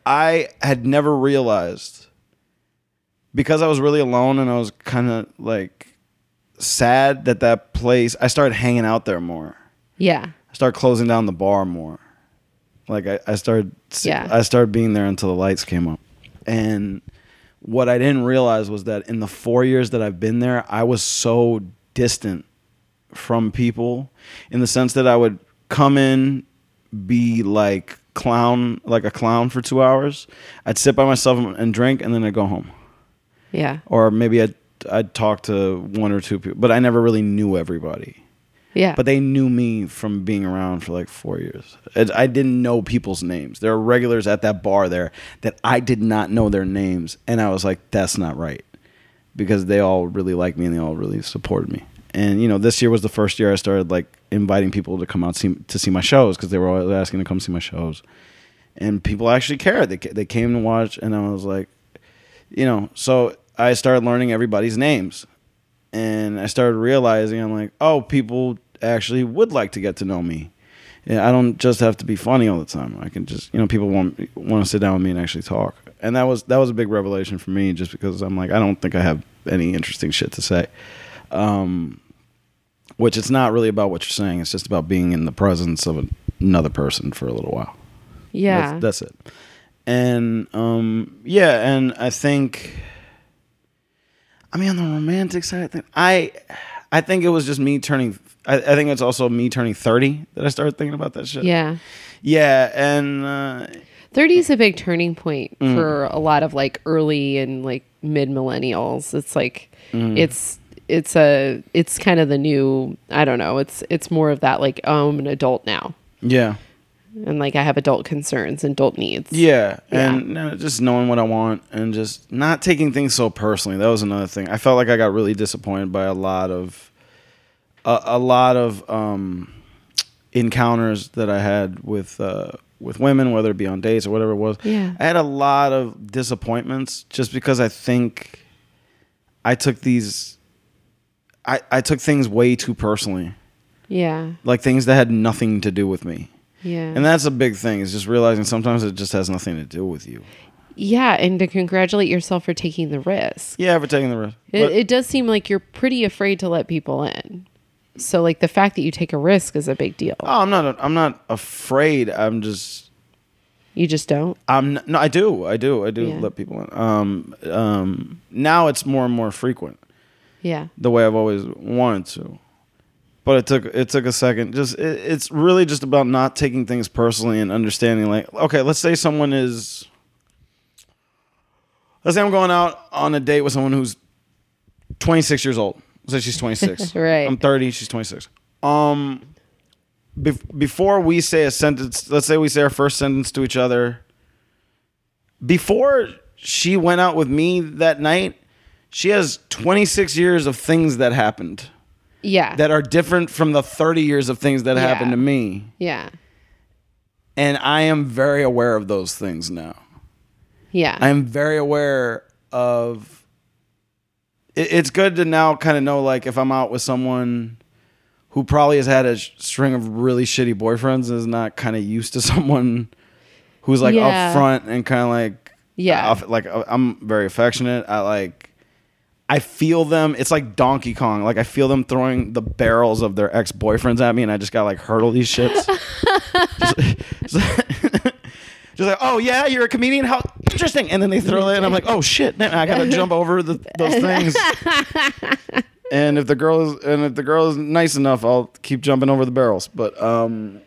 I had never realized because I was really alone and I was kind of like sad that that place. I started hanging out there more.
yeah.
I started closing down the bar more. Like I, I started,
Yeah.
I started being there until the lights came up. And what I didn't realize was that in the four years that I've been there, I was so distant from people in the sense that I would come in, be like clown, like a clown for two hours. I'd sit by myself and drink, and then I'd go home
Yeah.
or maybe I'd, I'd talk to one or two people, but I never really knew everybody.
Yeah.
But they knew me from being around for like four years. And I didn't know people's names. There are regulars at that bar there that I did not know their names. And I was like, that's not right. Because they all really liked me and they all really supported me. And, you know, this year was the first year I started like inviting people to come out see, to see my shows because they were always asking to come see my shows. And people actually cared. They, ca- they came to watch. And I was like, you know, so I started learning everybody's names. And I started realizing I'm like, oh, people actually would like to get to know me. Yeah, I don't just have to be funny all the time. I can just, you know, people want want to sit down with me and actually talk. And that was that was a big revelation for me, just because I'm like, I don't think I have any interesting shit to say. Um, which it's not really about what you're saying; it's just about being in the presence of another person for a little while.
yeah.
That's, that's it. And um, yeah, and I think, I mean, on the romantic side, I think I, I think it was just me turning. I, I think it's also me turning thirty that I started thinking about that shit.
yeah.
yeah, and uh,
30 is a big turning point
Mm.
for a lot of like early and like mid millennials it's like
Mm.
it's it's a it's kind of the new i don't know it's it's more of that like oh i'm an adult now
yeah,
and like i have adult concerns and adult needs
yeah,
Yeah.
and no, just knowing what I want and just not taking things so personally. That was another thing. I felt like I got really disappointed by a lot of, a, a lot of. Um, encounters that I had with uh, with women, whether it be on dates or whatever it was.
Yeah.
I had a lot of disappointments just because I think I took these I, I took things way too personally.
yeah
Like things that had nothing to do with me.
yeah
And that's a big thing, is just realizing sometimes it just has nothing to do with you.
yeah and to congratulate yourself for taking the risk
Yeah, for taking the risk.
it, it does seem like you're pretty afraid to let people in so like the fact that you take a risk is a big deal
oh, I'm not I'm not afraid. I'm just
you just don't
I'm n- no, I do, I do, I do
Yeah.
let people in. Um, um, now it's more and more frequent.
yeah
the way I've always wanted to. But it took it took a second. Just it, it's really just about not taking things personally and understanding. Like, okay, let's say someone is. Let's say I'm going out on a date with someone who's 26 years old. Let's say she's 26.
Right.
I'm 30. She's 26. Um, bef- before we say a sentence, let's say we say our first sentence to each other before she went out with me that night, she has 26 years of things that happened
yeah
that are different from the 30 years of things that
Yeah.
happened to me.
yeah
And I am very aware of those things now.
yeah
I am very aware of it, it's good to now kind of know like if I'm out with someone who probably has had a sh- string of really shitty boyfriends and is not kind of used to [laughs] someone who's like
Yeah.
upfront and kind of like
Yeah.
off- like uh, I'm very affectionate. I like I feel them. It's like Donkey Kong. Like I feel them throwing the barrels of their ex boyfriends at me, and I just got like hurdle these shits. just, [laughs] just- just like, oh yeah, you're a comedian. How interesting! And then they throw it, and I'm like, oh shit, man, I gotta jump over the, those things. and if the girl is and if the girl is nice enough, I'll keep jumping over the barrels. But um,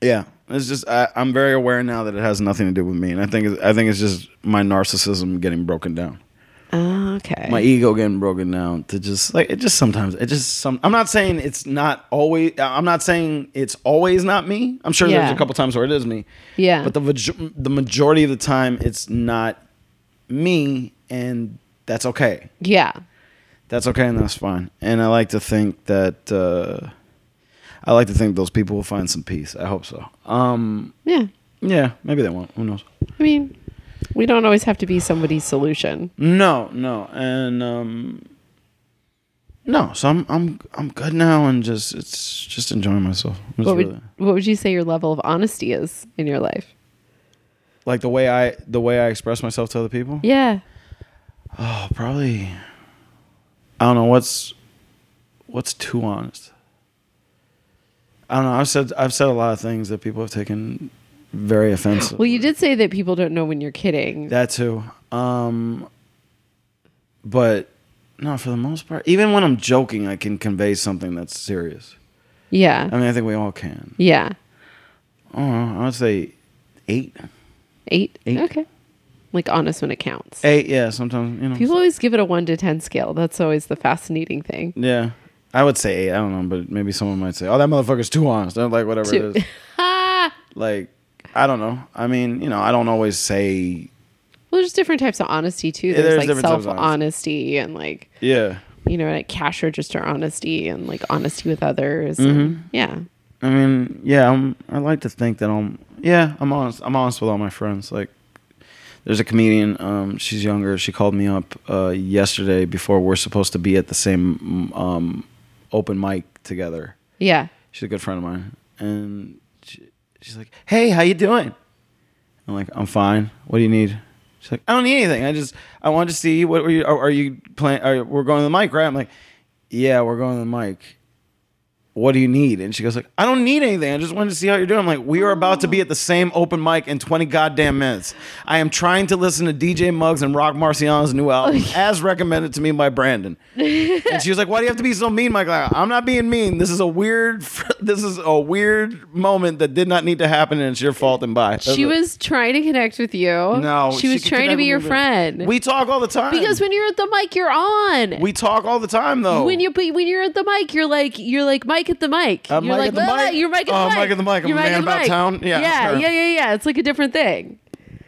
yeah, it's just I, I'm very aware now that it has nothing to do with me, and I think it's- I think it's just my narcissism getting broken down
Oh, okay.
my ego getting broken down to just like it just sometimes it just some I'm not saying it's not always I'm not saying it's always not me. I'm sure there's
Yeah.
a couple times where it is me.
Yeah.
But the vaj- the majority of the time it's not me and that's okay.
yeah.
That's okay and that's fine. And I like to think that uh I like to think those people will find some peace. I hope so. Um
Yeah.
yeah, maybe they won't. Who knows?
I mean, we don't always have to be somebody's solution.
No, no, and um, no. So I'm I'm I'm good now, and just it's just enjoying myself. It's
What
really-
would what would you say your level of honesty is in your life?
like the way I the way I express myself to other people.
Yeah.
Oh, probably. I don't know what's what's too honest. I don't know. I've said I've said a lot of things that people have taken very offensive.
Well, you did say that people don't know when you're kidding.
That too. Um but no, for the most part, even when I'm joking, I can convey something that's serious.
yeah.
I mean, I think we all can.
yeah.
Oh, I would say eight.
Eight?
Eight.
Okay. Like honest when it counts.
Eight, yeah. Sometimes you know.
People always give it a one to ten scale. That's always the fascinating thing.
yeah, I would say eight. I don't know, but maybe someone might say, "Oh, that motherfucker's too honest." I'm like whatever
Two.
it
[laughs]
is. Like I don't know. I mean, you know, I don't always say
Well, there's different types of honesty too.
Yeah,
There's,
there's
like
different
self
types of
honesty and like
yeah.
you know, like cash register honesty and like honesty with others.
Mm-hmm.
And, yeah.
I mean, yeah, I'm, I like to think that I'm, yeah, I'm honest. I'm honest with all my friends. Like, there's a comedian, um, she's younger. She called me up uh, yesterday before we're supposed to be at the same um, open mic together.
Yeah.
She's a good friend of mine. And she, she's like, hey, how you doing? I'm like, I'm fine. What do you need? She's like, I don't need anything. I just, I wanted to see what were you, are, are you playing? Are, we're going to the mic, right? I'm like, yeah, we're going to the mic what do you need? And she goes like, I don't need anything. I just wanted to see how you're doing. I'm like, we are about to be at the same open mic in 20 goddamn minutes. I am trying to listen to DJ Muggs and Rock Marciano's new album as recommended to me by Brandon. and she was like, why do you have to be so mean, Michael? I'm not being mean. This is a weird, [laughs] this is a weird moment that did not need to happen and it's your fault and bye.
She was trying to connect with you.
no,
She was
could
trying to
never
be your
move in.
friend.
We talk all the time.
because when you're at the mic, you're on.
we talk all the time though.
when you but when you're at the mic, you're like you're like Mike at the mic.
I'm
you're
Mike
like
at the
"Blah, blah,
mic."
You're Mike at the
Oh,
mic.
Mike at the mic. I'm
You're
a
Mike
man
at the
about
mic.
town. Yeah,
yeah,
sure.
yeah, yeah, yeah. It's like a different thing.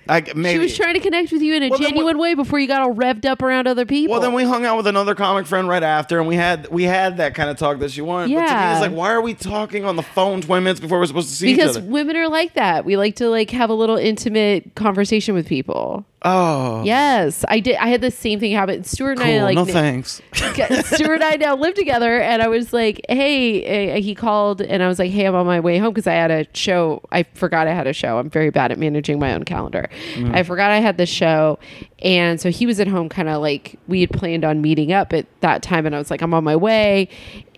I, maybe.
She was trying to connect with you in a
Well, then what-
genuine way before you got all revved up around other people.
Well, then we hung out with another comic friend right after, and we had we had that kind of talk that she wanted. But to me,
Yeah.
it's like, why are we talking on the phone twenty minutes before we're supposed to see
because
each other?
women are like that. We like to like have a little intimate conversation with people.
Oh,
Yes, I did. I had the same thing happen. Stuart and I
cool.
like
no
na-
thanks.
[laughs] Stuart and I now live together, and I was like, "Hey," uh, he called, and I was like, "Hey, I'm on my way home because I had a show. I forgot I had a show. I'm very bad at managing my own calendar. I forgot I had the show, and so he was at home, kind of like we had planned on meeting up at that time, and I was like, "I'm on my way,"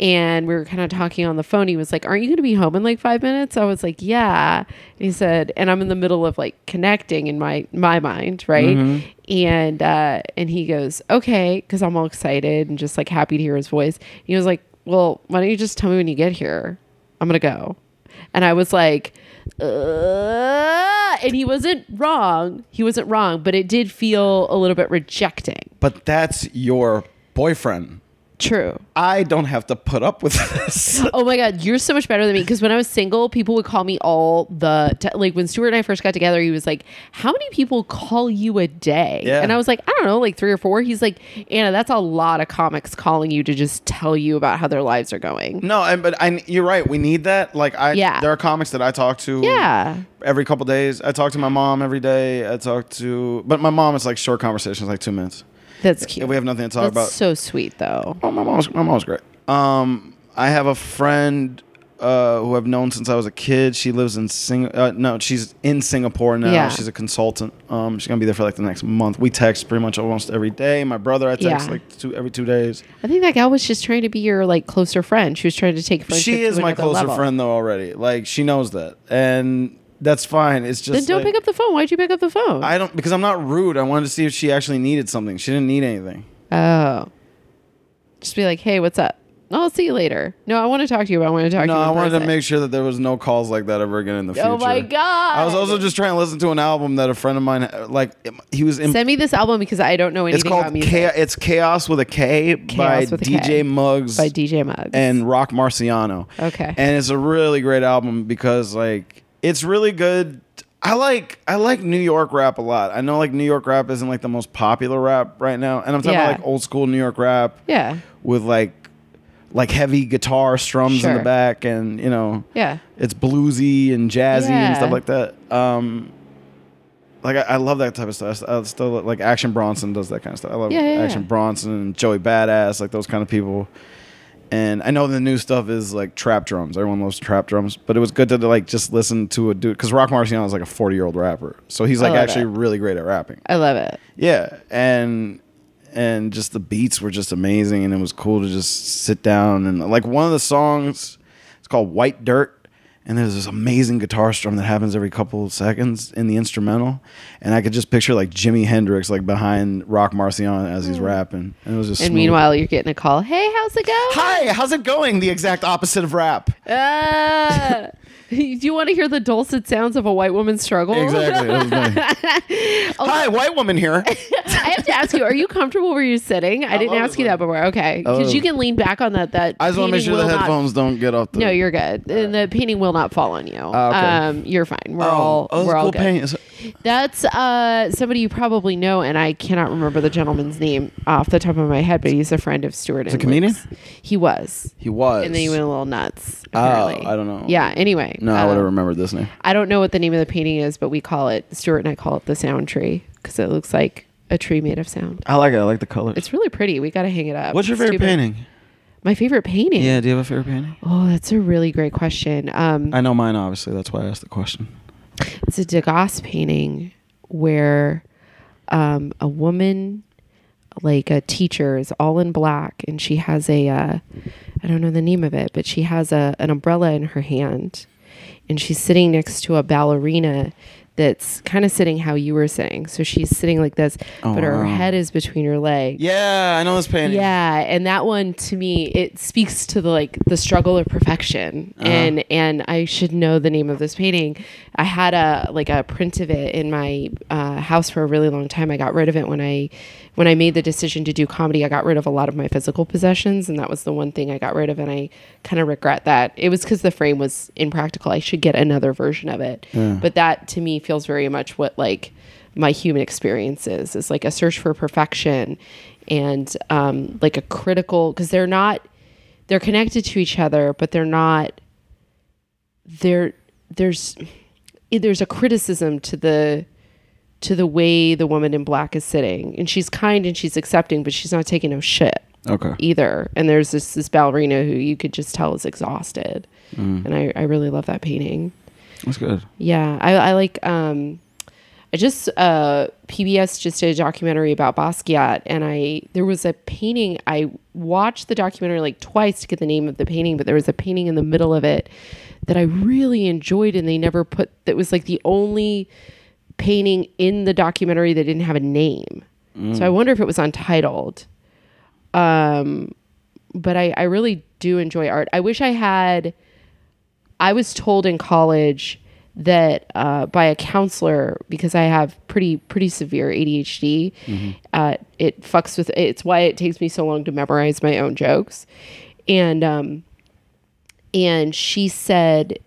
and we were kind of talking on the phone. He was like, "Aren't you going to be home in like five minutes?" I was like, "Yeah," and he said, "And I'm in the middle of like connecting in my my mind, right?" and uh, and he goes, okay, because I'm all excited and just like happy to hear his voice. He was like, well, why don't you just tell me when you get here? I'm gonna go. And I was like, uh, and he wasn't wrong. He wasn't wrong, but it did feel a little bit rejecting.
but that's your boyfriend.
True.
I don't have to put up with [laughs] this.
Oh my God, you're so much better than me. Because when I was single, people would call me all the t- like. When Stuart and I first got together, he was like, "How many people call you a day?"
Yeah.
And I was like, "I don't know, like three or four. He's like, "Anna, that's a lot of comics calling you to just tell you about how their lives are going."
No, and but I, you're right. We need that. Like I,
Yeah.
there are comics that I talk to.
Yeah.
Every couple days, I talk to my mom every day. I talk to, but my mom, it's like short conversations, like two minutes.
That's cute.
If we have nothing to talk
That's
about,
so sweet though.
Oh, my mom's my mom's great. Um, I have a friend uh, who I've known since I was a kid. She lives in Sing. Uh, no, she's in Singapore now.
Yeah.
She's a consultant. Um, she's gonna be there for like the next month. We text pretty much almost every day. My brother, I text
Yeah.
like two every two days.
I think that gal was just trying to be your like closer friend. She was trying to take friendship.
she
to
is my
another
closer
level.
friend though already. Like she knows that, and that's fine. It's just
Then don't
like,
pick up the phone. Why'd you pick up the phone?
I don't because I'm not rude. I wanted to see if she actually needed something. She didn't need anything.
oh, just be like, hey, what's up? I'll see you later. No, I want to talk to you, but I want to talk
No,
to you. in
I wanted to
person.
make sure that there was no calls like that ever again in the future.
Oh my god!
I was also just trying to listen to an album that a friend of mine like. He was in.
send me this album because I don't know anything
It's called
about music
Cha- It's Chaos with a K by
Chaos with a K.
DJ Muggs
by DJ Muggs.
and Rock Marciano.
Okay.
and it's a really great album because like it's really good. I like I like New York rap a lot. I know like New York rap isn't like the most popular rap right now, and I'm talking
Yeah.
about like old school New York rap
yeah,
with like like heavy guitar strums in
Sure.
the back, and you know
yeah,
it's bluesy and jazzy and stuff
Yeah.
like that. Um, like I, I love that type of stuff. I still like Action Bronson does that kind of stuff. I love
Yeah, yeah,
Action
yeah.
Bronson and Joey Badass, like those kind of people. And I know the new stuff is like trap drums. Everyone loves trap drums, but it was good to like just listen to a dude because Rock Marciano is like a forty year old rapper, so he's like
love
actually
it.
really great at rapping.
I love it.
Yeah, and and just the beats were just amazing, and it was cool to just sit down and like one of the songs. It's called White Dirt, and there's this amazing guitar strum that happens every couple of seconds in the instrumental, and I could just picture like Jimi Hendrix like behind Rock Marciano as he's rapping, and it was just.
Mm. And
smooth.
meanwhile, you're getting a call. Hey, how's it going?
hi, how's it going? The exact opposite of
[laughs]
rap.
Uh, [laughs] do you want to hear the dulcet sounds of a white woman's struggle?
Exactly. That was funny. Hi, white woman here.
[laughs] I have to ask you, are you comfortable where you're sitting? I, didn't
love
ask
this
you that before. Okay. Because
love
you
this.
can lean back on that. That
Oh. I just want to make
painting
sure the
will not-
headphones don't get off the.
no, you're good. And the painting will not fall on you.
Ah, okay.
Um, you're fine. We're all
oh, it's
we're all
cool
good.
paint. It's-
That's uh somebody you probably know, and I cannot remember the gentleman's name off the top of my head, but he's a friend of Stuart. Is
a comedian?
He was,
He was.
and then he went a little nuts.
Oh,
Apparently.
I don't know.
Yeah. Anyway,
No, I
um,
would have remembered this name.
I don't know what the name of the painting is, but we call it Stuart and I call it the sound tree because it looks like a tree made of sound.
I like it. I like the colors.
It's really pretty. We got to hang it up.
What's your
It's
favorite
too big.
painting?
My favorite painting.
Yeah, do you have a favorite painting?
Oh, that's a really great question. Um,
I know mine, obviously. That's why I asked the question.
it's a Degas painting where um, a woman, like a teacher, is all in black, and she has a uh, I don't know the name of it, but she has a an umbrella in her hand, and she's sitting next to a ballerina that's kind of sitting how you were sitting. So she's sitting like this, but her
wow.
head is between her legs.
Yeah, I know this painting.
Yeah, and that one to me it speaks to the like the struggle of perfection. And and I should know the name of this painting. I had a like a print of it in my uh, house for a really long time. I got rid of it when I when I made the decision to do comedy. I got rid of a lot of my physical possessions and that was the one thing I got rid of and I kind of regret that. It was cuz the frame was impractical. I should get another version of it.
Mm-hmm.
But that to me feels very much what like my human experience is is like a search for perfection and um, like a critical because they're not they're connected to each other but they're not there there's eh, there's a criticism to the to the way the woman in black is sitting and she's kind and she's accepting but she's not taking no shit
Okay.
either and there's this this ballerina who you could just tell is exhausted and I, I really love that painting
That's good.
yeah, I, I like. Um, I just uh, PBS just did a documentary about Basquiat, and I there was a painting. I watched the documentary like twice to get the name of the painting, but there was a painting in the middle of it that I really enjoyed, and they never put. That was like the only painting in the documentary that didn't have a name. So I wonder if it was untitled Um, but I, I really do enjoy art. I wish I had. I was told in college that uh, by a counselor because I have pretty pretty severe ADHD. Uh, it fucks with. It's why it takes me so long to memorize my own jokes, and um, and she said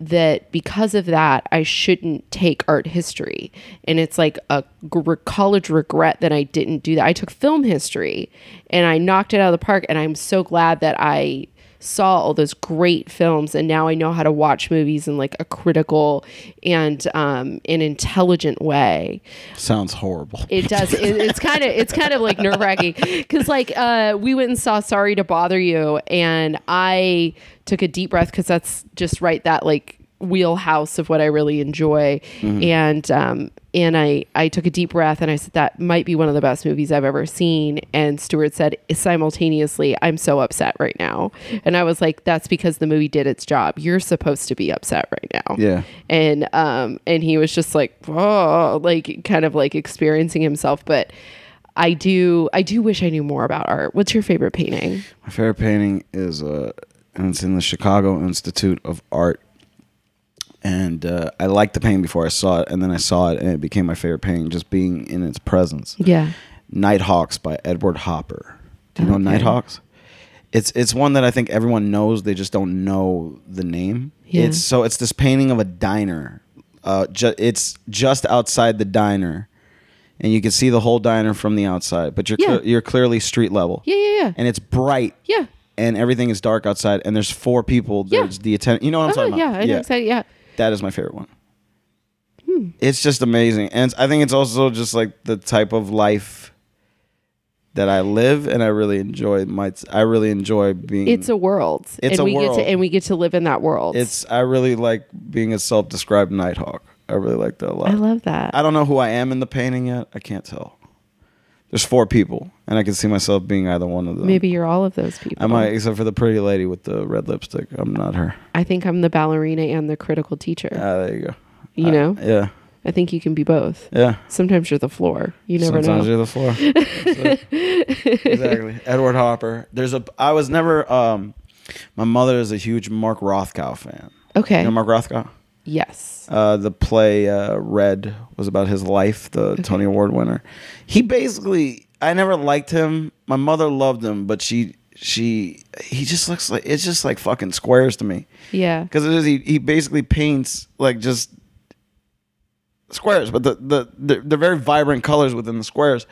that because of that I shouldn't take art history and it's like a gr- college regret that I didn't do that I took film history and I knocked it out of the park and I'm so glad that I saw all those great films and now I know how to watch movies in like a critical and um, an intelligent way.
Sounds horrible.
It does. It, it's kind of it's kind of like nerve wracking because like uh, we went and saw Sorry to Bother You, and I took a deep breath because that's just right that like wheelhouse of what I really enjoy, and um, and I I took a deep breath and I said that might be one of the best movies I've ever seen, and Stewart said simultaneously I'm so upset right now, and I was like that's because the movie did its job. You're supposed to be upset right now
Yeah.
and um and he was just like oh like kind of like experiencing himself but i do i do wish i knew more about art what's your favorite painting
My favorite painting is uh, and it's in the Chicago Institute of Art. And uh, I liked the painting before I saw it, and then I saw it, and it became my favorite painting, just being in its presence.
yeah
Nighthawks by Edward Hopper. Do you know
Okay.
Nighthawks? It's it's one that I think everyone knows. They just don't know the name.
Yeah.
It's so it's this painting of a diner. Uh, ju- it's just outside the diner, and you can see the whole diner from the outside. But you're
Yeah.
cle- you're clearly street level.
yeah yeah yeah
And it's bright.
yeah
And everything is dark outside. And there's four people.
Yeah.
There's the attendant. You know what I'm
oh
talking
yeah
about? Mm.
i know exactly yeah
That is my favorite one.
Hmm.
It's just amazing. And I think it's also just like the type of life that I live and I really enjoy my I really enjoy being
it's a world
It's
and
a
we
world.
get to and we get to live in that world
it's I really like being a self-described nighthawk. I really like that a lot.
i love that
I don't know who I am in the painting yet. I can't tell. There's four people and I can see myself being either one of them.
maybe you're all of those people
I might except for the pretty lady with the red lipstick. I'm not her.
I think i'm the ballerina and the critical teacher
Ah, there you go.
you
I-
know
Yeah.
i think you can be both
Yeah.
sometimes you're the floor you never
Sometimes
know
you're the floor.
[laughs]
So- exactly. Edward Hopper. There's a. I was never. Um, my mother is a huge Mark Rothko fan.
okay
You know Mark Rothko.
yes
Uh, the play uh, Red was about his life. The Tony Award winner. He basically. I never liked him. My mother loved him, but she she he just looks like it's just like fucking squares to me
yeah
because it is he, he basically paints like just squares but the, the the they're very vibrant colors within the squares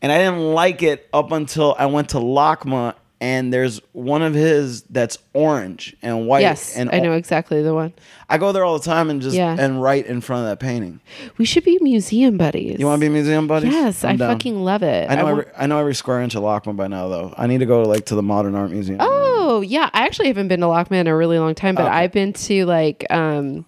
and i didn't like it up until i went to lakma and there's one of his that's orange and white
yes
and
i know exactly the one
i go there all the time and just
Yeah.
and right in front of that painting
We should be museum buddies.
you want to be museum buddies
Yes,
I'm
i
down.
fucking love it.
i know
wa-
every, I know every square inch of lakma by now though i need to go to like to the modern art museum
oh yeah, I actually haven't been to Lockman in a really long time, but
Okay.
I've been to like um,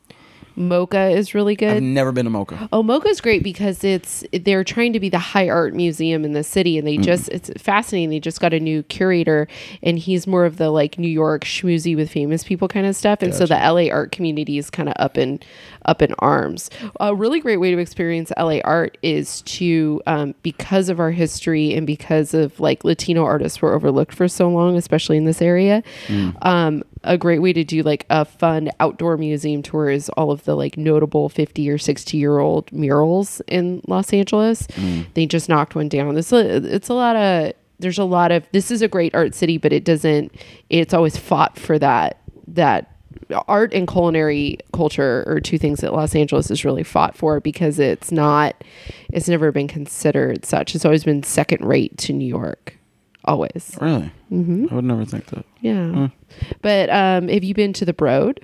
Mocha is really good.
i've never been to mocha
Oh, Mocha's great because it's they're trying to be the high art museum in the city, and they just it's fascinating. They just got a new curator, and he's more of the like New York schmoozy with famous people kind of stuff, and so the LA art community is kind of up in up in arms. A really great way to experience LA art is to um, because of our history and because of like Latino artists were overlooked for so long, especially in this area. Um, a great way to do like a fun outdoor museum tour is all of the like notable 50 or 60 year old murals in Los Angeles. They just knocked one down. This it's a lot of there's a lot of this is a great art city, but it doesn't it's always fought for that that art and culinary culture are two things that Los Angeles has really fought for because it's not it's never been considered such. It's always been second rate to New York. Always.
really mm-hmm. i would never think that
Yeah. But um have you been to the Broad?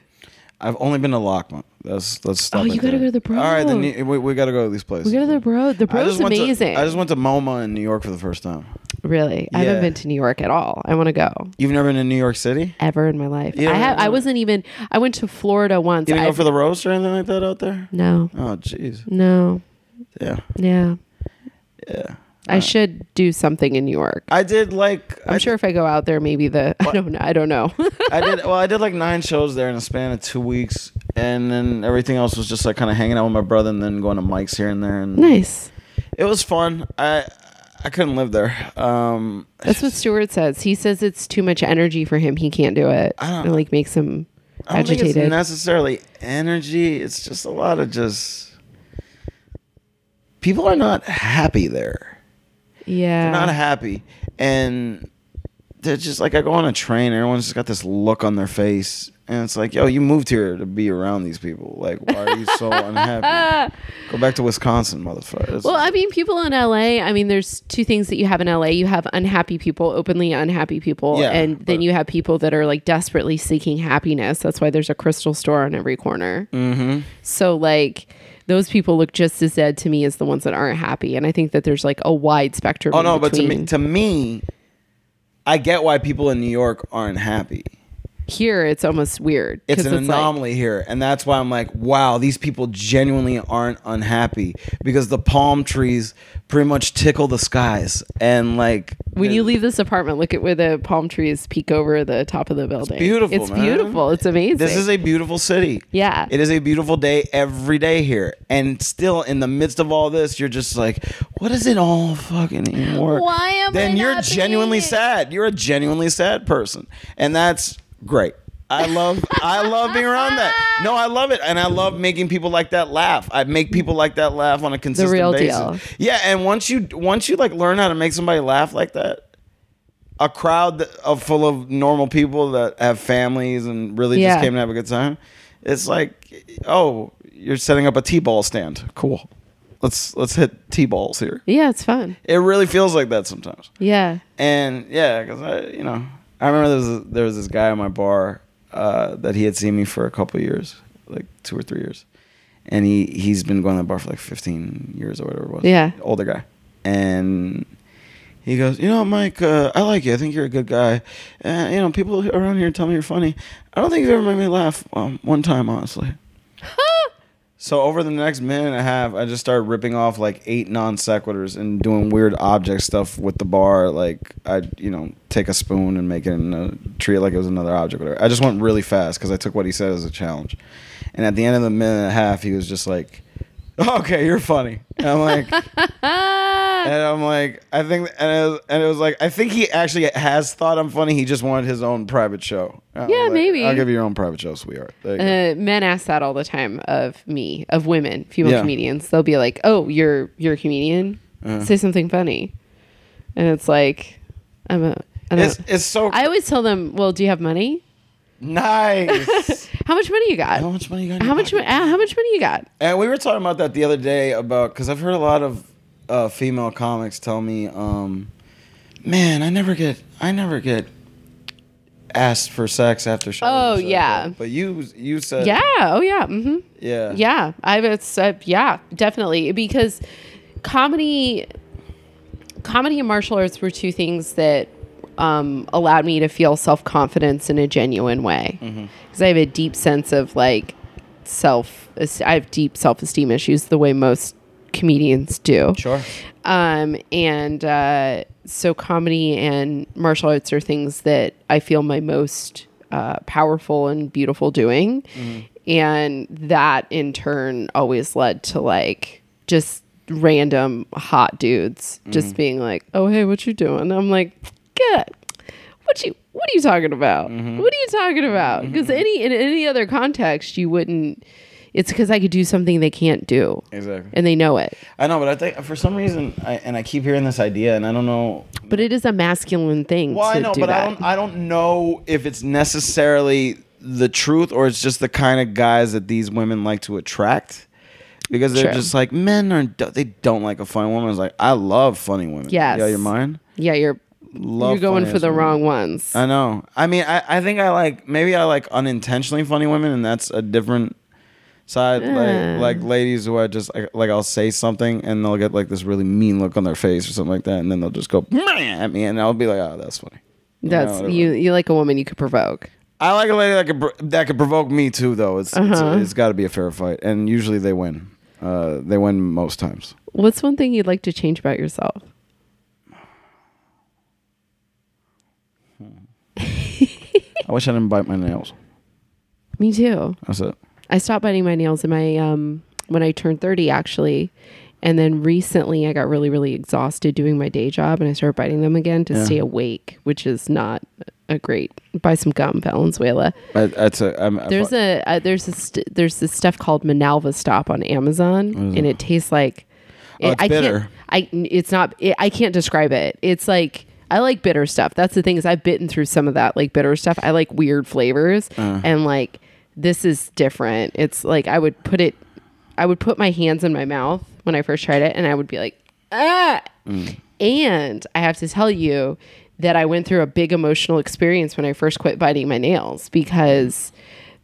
I've only been to Lockmont. That's let's stop.
Oh,
right
you gotta
there.
go to the Broad.
All right, then you, we, we gotta go to these places.
We go to the Broad. The
I just
Broad's
went to-
amazing.
I just went to MoMA in New York for the first time.
really. I
Yeah.
haven't been to New York at all. I want to go
You've never been to New York City?
ever in my life.
Yeah,
I have.
yeah.
I wasn't even. I went to Florida once.
You didn't
I,
go for the roast or anything like that out there?
no,
Oh, jeez.
no,
Yeah,
yeah.
yeah.
I should do something in New York.
I did like.
I'm
I,
sure if I go out there, maybe the [laughs] I don't know. I
[laughs]
don't know.
I did. Well, I did like nine shows there in a span of two weeks, and then everything else was just like kind of hanging out with my brother, and then going to mics here and there, and
nice.
it was fun. I I couldn't live there. Um,
That's what Stewart says. He says it's too much energy for him. He can't do it.
I don't-
it like makes him
I don't think
agitated.
it's necessarily energy. It's just a lot of just people are not happy there.
yeah.
They're not happy, and they're just like I go on a train, everyone's just got this look on their face, and it's like, yo, you moved here to be around these people. Like, why are you
[laughs]
so unhappy? Go back to Wisconsin, motherfucker.
Well, I mean, people in LA, I mean, there's two things that you have in LA. You have unhappy people, openly unhappy people,
Yeah,
and then
but-
you have people that are like desperately seeking happiness. That's why there's a crystal store on every corner. Mm-hmm. So, like, those people look just as dead to me as the ones that aren't happy. And I think that there's like a wide spectrum.
oh
in
no, but to me,
between.
to me, I get why people in New York aren't happy.
here, it's almost weird.
It's
'cause
an
like-
anomaly here, and that's why I'm like, wow, these people genuinely aren't unhappy because the palm trees pretty much tickle the skies, and like
when
the-
you leave this apartment, look at where the palm trees peek over the top of the building.
beautiful,
It's
man.
beautiful. It's amazing.
This is a beautiful city.
Yeah.
It is a beautiful day every day here. And still in the midst of all this, you're just like, what is it all fucking anymore?
Why am I
Then you're
not
genuinely
being-
sad. You're a genuinely sad person. And that's great. I love I love being around that. No, I love it. And I love making people like that laugh. I make people like that laugh on a consistent
real
basis.
deal.
Yeah, and once you once you like learn how to make somebody laugh like that, a crowd that- of full of normal people that have families and really
Yeah.
just came to have a good time. It's like, oh, you're setting up a t-ball stand. Cool. Let's let's hit t-balls here.
yeah, it's fun.
It really feels like that sometimes.
Yeah.
And yeah, because I, you know, I remember there was a, there was this guy at my bar uh, that he had seen me for a couple years, like two or three years, and he he's been going to the bar for like fifteen years or whatever it was.
Yeah.
older guy, and he goes, you know, Mike, uh, I like you. I think you're a good guy. Uh, you know, people around here tell me you're funny. I don't think you've ever made me laugh um, one time, honestly. So over the next minute and a half, I just started ripping off like eight non sequiturs and doing weird object stuff with the bar. Like I, you know, take a spoon and make it in a, treat it like it was another object. Whatever. I just went really fast because I took what he said as a challenge. And at the end of the minute and a half, he was just like, [laughs] "Okay, you're funny." And I'm
[laughs]
like, and I'm like, I think, and it, was, and it was like, I think he actually has thought I'm funny. He just wanted his own private show. And I'm
Yeah,
like,
maybe.
I'll give you your own private show, sweetheart. There you go.
[gasps] Uh, men ask that all the time of me, of women, female
Yeah.
comedians. They'll be like, "Oh, you're you're a comedian.
Uh.
Say something funny," and it's like, "I'm a." I, don't,
It's it's so
I always tell them, "Well, do you have money?
nice. [laughs]
How much money you got?
How much money you got? in
How
your
much?
pocket?
mo- uh, how much money you got?
And we were talking about that the other day about because I've heard a lot of uh, female comics tell me, um, "Man, I never get, I never get asked for sex after shows." and
Oh,
shit like
yeah.
that." But you, you said,
Yeah. Oh, yeah. Mm-hmm.
yeah,
Yeah, I've it's uh, yeah, definitely because comedy, comedy and martial arts were two things that um, allowed me to feel self confidence in a genuine way because I have a deep sense of like self. I have deep self esteem issues the way most comedians do
Sure.
um, and uh, so comedy and martial arts are things that I feel my most uh, powerful and beautiful doing, and that in turn always led to like just random hot dudes just being like, "Oh hey, what you doing?" I'm like, "Get what you what are you talking about? What are you talking about?" Because any in any other context, you wouldn't. It's because I could do something they can't do,
Exactly.
and they know it.
I know, but I think for some reason, I, and I keep hearing this idea, and I don't know.
But it is a masculine thing.
Well,
to
I know,
do
but
that.
I don't, I don't know if it's necessarily the truth or it's just the kind of guys that these women like to attract. Because they're
True.
just like men are they don't like a funny woman. It's like I love funny women.
Yes.
yeah, you're mine.
Yeah, you're
Love
you're going
funny
for the
ass women.
wrong ones.
I know. I mean, I, I think I like maybe I like unintentionally funny women, and that's a different side. Like like ladies who I just like, like I'll say something, and they'll get like this really mean look on their face or something like that, and then they'll just go "Meh," at me, and I'll be like, oh, that's funny. You know,
That's
whatever.
you. You like a woman you could provoke.
I like a lady that could pr- that could provoke me too, though. It's
Uh-huh.
it's, it's got to be a fair fight, and usually they win. Uh, they win most times.
What's one thing you'd like to change about yourself?
I wish I didn't bite my nails.
Me too.
That's it.
I stopped biting my nails in my um when I turned 30 actually. And then recently I got really really exhausted doing my day job and I started biting them again to
Yeah.
stay awake, which is not a great buy some gum Valenzuela.
I, that's a. I'm, I
There's
fu-
a uh, there's this st- there's this stuff called Manalva Stop on Amazon, and it tastes like
Oh, it's
I
bitter.
can't. I it's not. It, I can't describe it. It's like I like bitter stuff. That's the thing is I've bitten through some of that like bitter stuff. I like weird flavors
Uh.
and like this is different. It's like I would put it I would put my hands in my mouth when I first tried it and I would be like ah and I have to tell you that I went through a big emotional experience when I first quit biting my nails because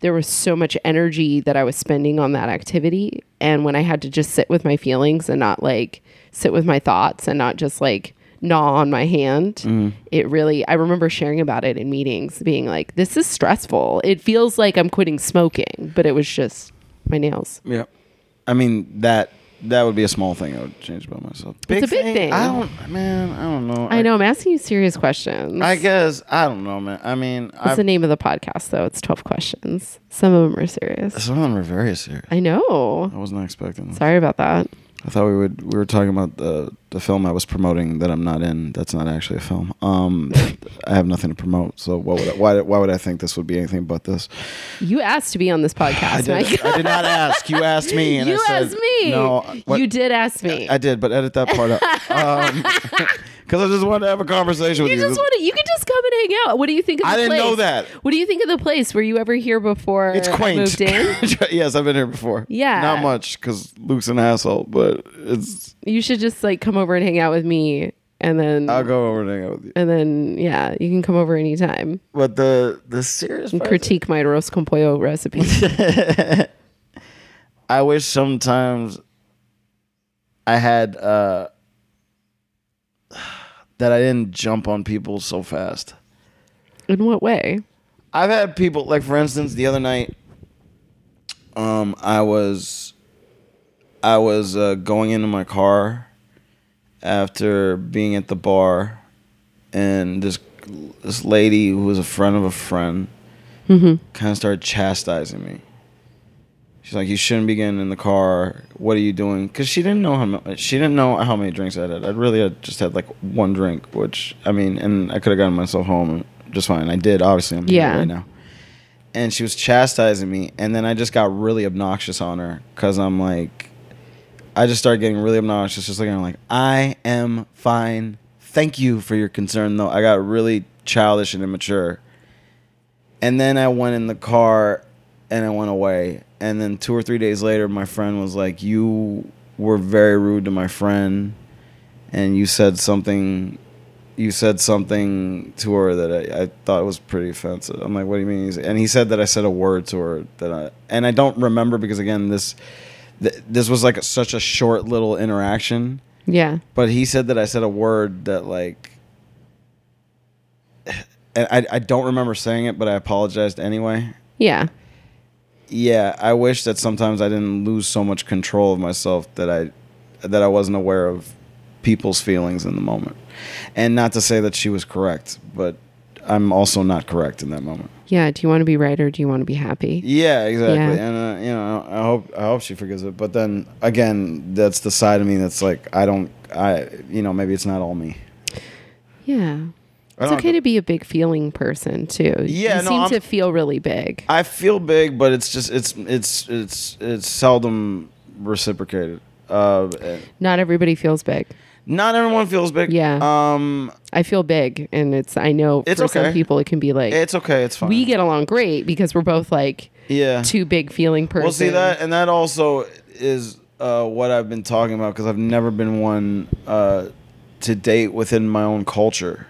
there was so much energy that I was spending on that activity. And when I had to just sit with my feelings and not like sit with my thoughts and not just like gnaw on my hand, it really, I remember sharing about it in meetings, being like, this is stressful. It feels like I'm quitting smoking, but it was just my nails.
Yeah. I mean that that would be a small thing I would change about myself.
a big thing.
I don't man, I don't know.
I know I'm asking you serious questions.
I guess I don't know, man. I mean
That's
I,
the name of the podcast, though. It's 12 questions. Some of them are serious.
some of them are very serious.
I know.
I was not expecting that.
Sorry about that.
I thought we would we were talking about the the film I was promoting that I'm not in. That's not actually a film. Um I have nothing to promote, so what would I, why why would I think this would be anything but this?
You asked to be on this
[sighs] I
podcast, Mike.
did, I did not ask. You asked me [laughs] and
you
I said
asked me.
No. what-
you did ask me.
I did, but edit that part
[laughs]
out. [laughs] Because I just wanted to have a conversation with
you
you.
just want to. You could just come and hang out. What do you think? of the
I didn't
place?
know that.
What do you think of the place? Were you ever here before?
It's
I
quaint. [laughs]
Moved in.
yes, I've been here before.
Yeah.
Not much because Luke's an asshole, but it's.
you should just like come over and hang out with me, and then
I'll go over and hang out with you.
and then yeah, you can come over anytime.
But the the serious part,
Critique my roast con
[laughs]
pollo recipe.
I wish sometimes I had uh that I didn't jump on people so fast.
in what way?
I've had people like for instance the other night um I was I was uh, going into my car after being at the bar and this this lady who was a friend of a friend kind of started chastising me. She's like, "You shouldn't be getting in the car. What are you doing?" Because she didn't know how mu- she didn't know how many drinks I had. I really had just had like one drink, which I mean, and I could have gotten myself home just fine. I did, obviously. I'm
Yeah.
here right now. And she was chastising me, and then I just got really obnoxious on her because I'm like, I just started getting really obnoxious, just looking at her like, I am fine. Thank you for your concern, though. I got really childish and immature. And then I went in the car and I went away. And then two or three days later, my friend was like, You were very rude to my friend. And you said something. You said something to her that I, I thought was pretty offensive. I'm like, what do you mean? He's- And he said that I said a word to her that I, and I don't remember because again, this, th- this was like such a short little interaction.
Yeah.
But he said that I said a word that like, [sighs] and I I don't remember saying it, but I apologized anyway.
Yeah.
Yeah, I wish that sometimes I didn't lose so much control of myself that I that I wasn't aware of people's feelings in the moment. And not to say that she was correct, but I'm also not correct in that moment.
Yeah. Do you want to be right or do you want to be happy?
Yeah, exactly.
Yeah.
And uh, you know, I hope I hope she forgives it. But then again, that's the side of me that's like I don't I you know maybe it's not all me.
Yeah.
I
It's
don't-
okay to be a big feeling person too.
Yeah,
you
no,
seem
I'm-
to feel really big.
I feel big, but it's just it's it's it's it's seldom reciprocated. Uh,
Not everybody feels big.
not everyone feels big.
Yeah.
Um,
I feel big, and it's I know
It's
for
okay.
some people it can be like
it's okay. It's fine.
we get along great because we're both like
yeah.
two big feeling person.
Well, see that, and that also is uh, what I've been talking about because I've never been one uh, to date within my own culture.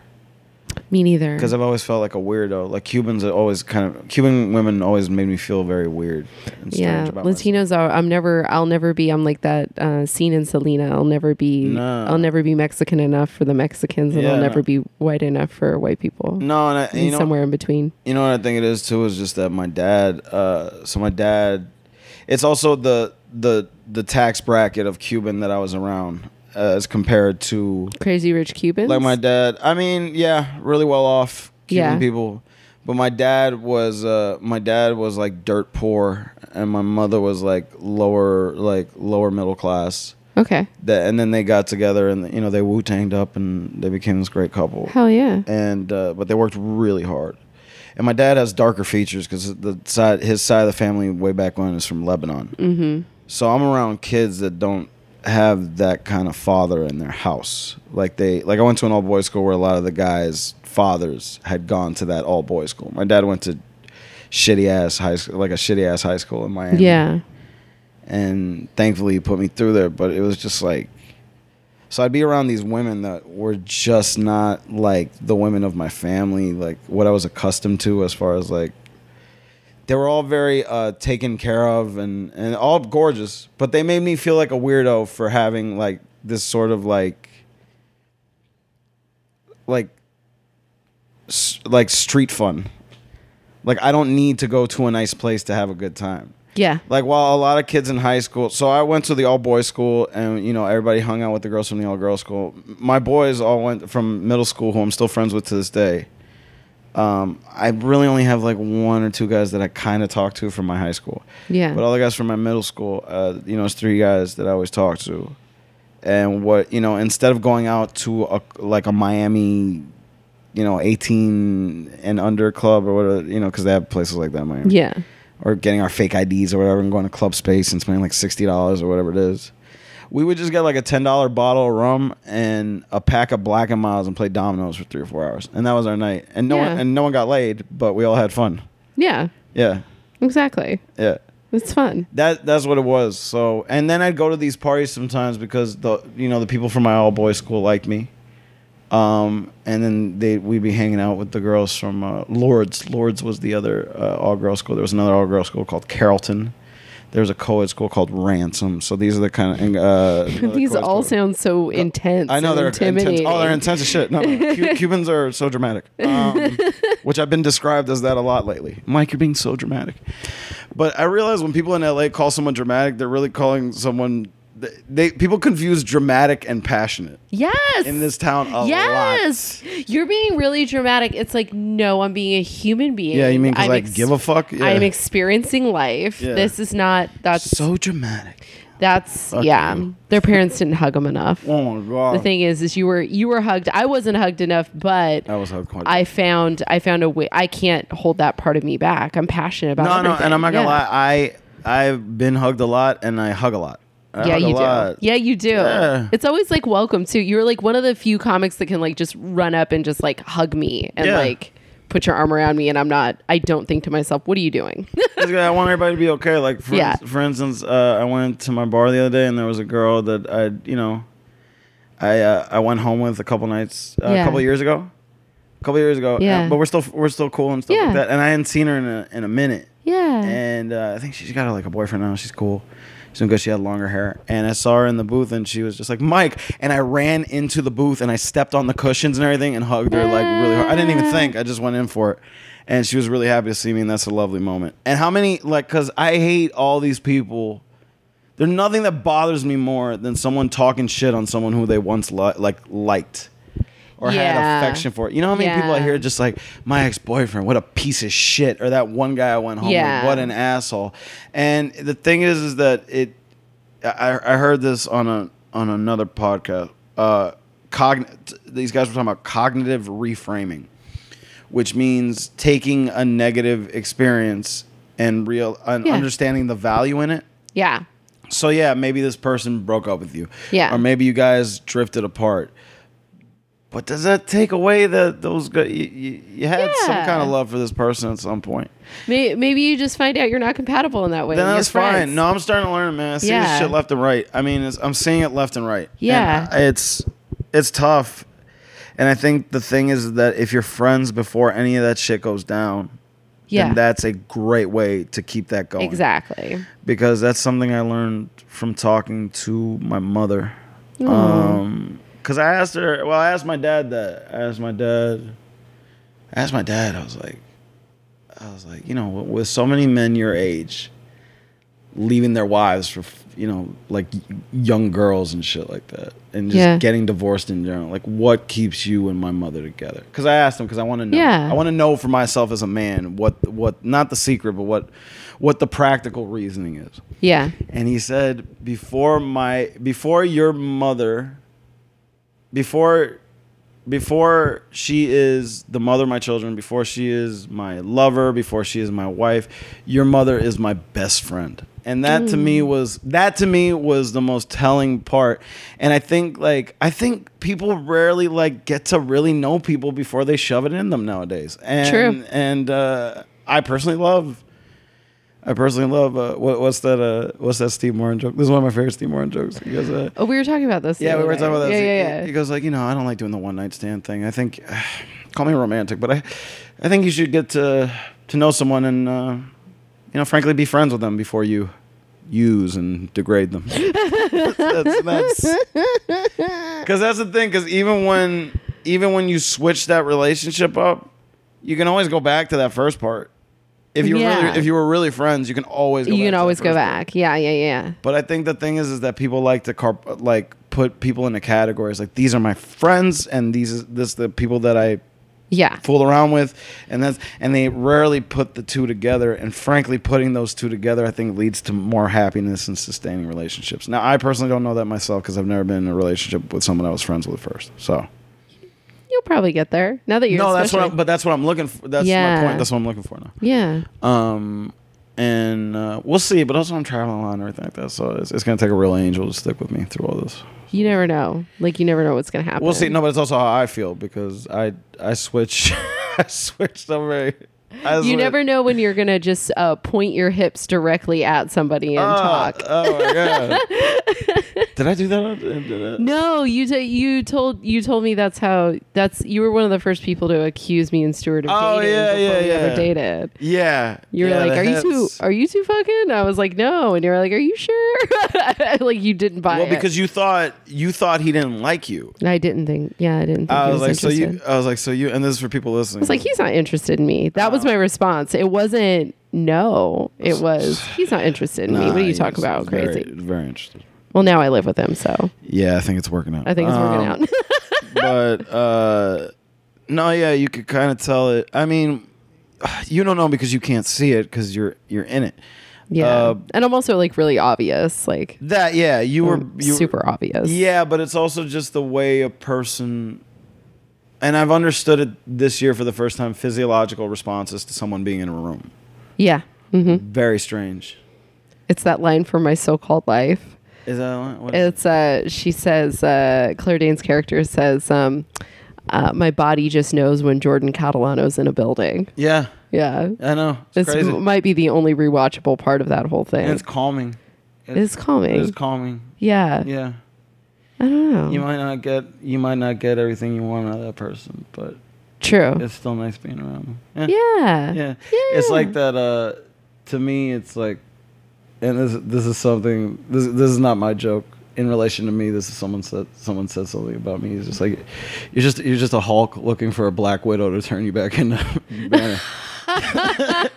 Me neither.
Because I've always felt like a weirdo. Like Cubans are always kind of Cuban women always made me feel very weird. And strange
yeah,
about myself.
Latinos are. I'm never. I'll never be. I'm like that uh, scene in Selena. I'll never be.
No.
I'll never be Mexican enough for the Mexicans, and
Yeah,
I'll
no.
never be white enough for white people.
No, and I,
And
you know,
somewhere in between.
You know what I think it is too is just that my dad. Uh, so my dad, it's also the the the tax bracket of Cuban that I was around uh, as compared to
Crazy rich Cubans.
like my dad. I mean, yeah, really well off Cuban
Yeah.
people, but my dad was uh, my dad was like dirt poor, and my mother was like lower like lower middle class.
okay.
That and then they got together and you know they wu tanged up and they became this great
[laughs]
couple
Hell yeah.
and uh, but they worked really hard. And my dad has darker features because the side his side of the family way back when is from Lebanon. Mm-hmm. So I'm around kids that don't have that kind of father in their house. Like they like I went to an all boys school where a lot of the guys' fathers had gone to that all boys school. My dad went to shitty ass high school like a shitty ass high school in Miami.
Yeah.
And thankfully he put me through there, but it was just like so I'd be around these women that were just not like the women of my family, like what I was accustomed to as far as like they were all very uh, taken care of and, and all gorgeous, but they made me feel like a weirdo for having like this sort of like like s- like street fun. Like I don't need to go to a nice place to have a good time.
Yeah.
Like while a lot of kids in high school, so I went to the all boys school, and you know everybody hung out with the girls from the all girls school. My boys all went from middle school, who I'm still friends with to this day. Um, I really only have like one or two guys that I kind of talk to from my high school.
Yeah.
But all the guys from my middle school, uh, you know, it's three guys that I always talk to. And what you know, instead of going out to a like a Miami, you know, eighteen and under club or whatever, you know, because they have places like that in Miami
yeah.
or getting our fake IDs or whatever and going to club space and spending like sixty dollars or whatever it is. We would just get like a ten dollar bottle of rum and a pack of black and miles and play dominoes for three or four hours. And that was our night. And no one
Yeah.
and no one got laid, but we all had fun.
Yeah.
Yeah.
Exactly.
Yeah.
It's fun.
That that's what it was. So and then I'd go to these parties sometimes because the you know, the people from my all boys school liked me. Um, and then they we'd be hanging out with the girls from uh, Lourdes. Lourdes was the other uh, all girl school. There was another all girl school called Carrollton. There was a co-ed school called Ransom. So these are the kind of and, uh, another
These
co-ed
all
school.
sound so intense.
I know
and
they're intense.
intimidating.
Oh, they're intense as shit. No, no.
[laughs]
Cu- Cubans are so dramatic, um, which I've been described as that a lot lately. Mike, you're being so dramatic. But I realize when people in LA call someone dramatic, they're really calling someone. They, they people confuse dramatic and passionate
Yes.
in this town a
Yes.
lot.
You're being really dramatic. It's like, no, I'm being a human being.
Yeah, you mean 'cause,
I'm
like, give a fuck? Yeah.
I'm experiencing life.
Yeah.
This is not, that's,
So dramatic.
that's, yeah.
you.
Their parents didn't hug them enough.
Oh my god.
The thing is, is you were, you were hugged. I wasn't hugged enough, but
I was hugged quite. a
I found, I found a way, I can't hold that part of me back. I'm passionate about
no, no,
everything.
and I'm not gonna
Yeah.
lie. I I've been hugged a lot, and I hug a lot. I
yeah,
hug a
you do.
lot.
Yeah, you do.
Yeah.
It's always like welcome to. You're like one of the few comics that can like just run up and just like hug me and
Yeah.
like put your arm around me, and I'm not. I don't think to myself, what are you doing? [laughs]
It's good. I want everybody to be okay. Like, for,
Yeah.
for instance, uh, I went to my bar the other day, and there was a girl that I, you know, I uh, I went home with a couple nights, uh, a
Yeah.
couple years ago, a couple years ago.
Yeah.
Uh, but we're still we're still cool and stuff
Yeah.
like that. And I hadn't seen her in a in a minute.
yeah.
And uh, I think she's got like a boyfriend now. She's cool. She's doing good. She had longer hair. And I saw her in the booth, and she was just like Mike. And I ran into the booth, and I stepped on the cushions and everything, and hugged her like really hard. I didn't
Ah.
even think. I just went in for it. And she was really happy to see me, and that's a lovely moment. And how many like? Cause I hate all these people. There's nothing that bothers me more than someone talking shit on someone who they once li- like liked or
Yeah.
had affection for. You know how many people I
Yeah.
hear just like my ex-boyfriend, what a piece of shit, or that one guy I went home
Yeah.
with, what an asshole. And the thing is, is that it. I, I heard this on a on another podcast. Uh, cogn- t- these guys were talking about cognitive reframing, which means taking a negative experience and real and
Yeah.
understanding the value in it
Yeah.
so yeah, maybe this person broke up with you.
Yeah.
Or maybe you guys drifted apart. But does that take away that those guys, you, you, you had some
Yeah.
kind of love for this person at some point?
May- Maybe you just find out you're not compatible in that way.
Then
and you're
that's fine.
friends.
No, I'm starting to learn, man. I see this
Yeah.
shit left and right. I mean, it's, I'm seeing it left and right. And
Yeah.
I- it's it's tough, and I think the thing is that if you're friends before any of that shit goes down,
Yeah.
then that's a great way to keep that going.
exactly.
because that's something I learned from talking to my mother. Um 'cause because I asked her. Well, I asked my dad that. I asked my dad. I asked my dad. I was like, I was like, you know, with with so many men your age leaving their wives for, you know, like y- young girls and shit like that, and just
Yeah.
getting divorced in general. Like, what keeps you and my mother together? Because I asked him because I want to know.
Yeah.
I want to know for myself as a man what what not the secret, but what what the practical reasoning is
Yeah.
and he said before my before your mother before before she is the mother of my children before she is my lover before she is my wife your mother is my best friend and that to me was that to me was the most telling part and i think like i think people rarely like get to really know people before they shove it in them nowadays and
True.
and uh i personally love I personally love uh, what, what's that? Uh, what's that Steve Martin joke? This is one of my favorite Steve Martin jokes. He goes, uh,
Oh, we were talking about this. the
yeah, we
other
were talking
day.
about that.
Yeah,
He-
yeah, yeah.
He goes like, you know, I don't like doing the one night stand thing. I think, [sighs] call me romantic, but I, I think you should get to to know someone and, uh, you know, frankly, be friends with them before you use and degrade
[laughs]
them. that's that's because that's the thing. Because even when even when you switch that relationship up, you can always go back to that first part. If you were
Yeah.
really, if you were really friends, you can always go
you
back
can
to that
always go
first part.
back. Yeah, yeah, yeah.
But I think the thing is, is that people like to carp- like put people into categories. Like these are my friends, and these is this the people that I
Yeah.
fool around with, and that's and they rarely put the two together. And frankly, putting those two together, I think, leads to more happiness and sustaining relationships. Now, I personally don't know that myself because I've never been in a relationship with someone I was friends with first. So
You'll probably get there. Now that you're
no, that's what.
especially-
I'm, but that's what I'm looking for. That's
Yeah.
my point. That's what I'm looking for now.
Yeah.
Um, and uh, we'll see. But also, I'm traveling a lot and everything like that. So it's, it's gonna take a real angel to stick with me through all this.
You never know. Like you never know what's gonna happen.
We'll see. No, but it's also how I feel because I I switch [laughs] I switched over. I
You
switch-
never know when you're gonna just uh, point your hips directly at somebody and
Oh,
talk.
Oh my god!
[laughs]
Did I do that? on- did I-
No, you t- you told you told me that's how that's you were one of the first people to accuse me and Stuart of
Oh,
dating
yeah,
before
yeah,
we ever
yeah.
dated.
Yeah.
You were
Yeah,
like,
the
"Are you too?
hips.
Are you too fucking?" I was like, "No," and you were like, "Are you sure?" [laughs] like you didn't buy
Well,
it
because you thought you thought he didn't like you.
I didn't think. Yeah, I didn't. Think
I
he
was like, so you.
interested.
I was like, so you. And this is for people listening.
It's like he's not interested in me. That was my response. It wasn't no. It was he's not interested in me. What are you talking about? Crazy.
Very, very interested.
Well, now I live with him, so
Yeah, I think it's working out. Um,
I think it's working out. [laughs]
but uh no yeah you could kind of tell it i mean you don't know because you can't see it because you're you're in it
yeah,
uh,
and I'm also like really obvious, like
that yeah you were you were-
super obvious.
yeah but it's also just the way a person and i've understood it this year for the first time physiological responses to someone being in a room
yeah. Mhm.
very strange
It's that line from my so-called life.
is that what is
It's uh, she says uh, Claire Dane's character says, um, uh, "My body just knows when Jordan Catalano's in a building."
yeah
Yeah,
i know it's
this
crazy
m- might be the only rewatchable part of that whole thing.
and it's calming
It's calming.
it's calming
yeah.
yeah
I don't know.
you might not get you might not get everything you want out of that person but
True.
it's still nice being around them.
yeah.
yeah. It's like that. Uh, to me, it's like, and this this is something. This this is not my joke. In relation to me, this is someone said someone said something about me. It's just like, you're just you're just a Hulk looking for a Black Widow to turn you back into. [laughs] Banner.
[laughs]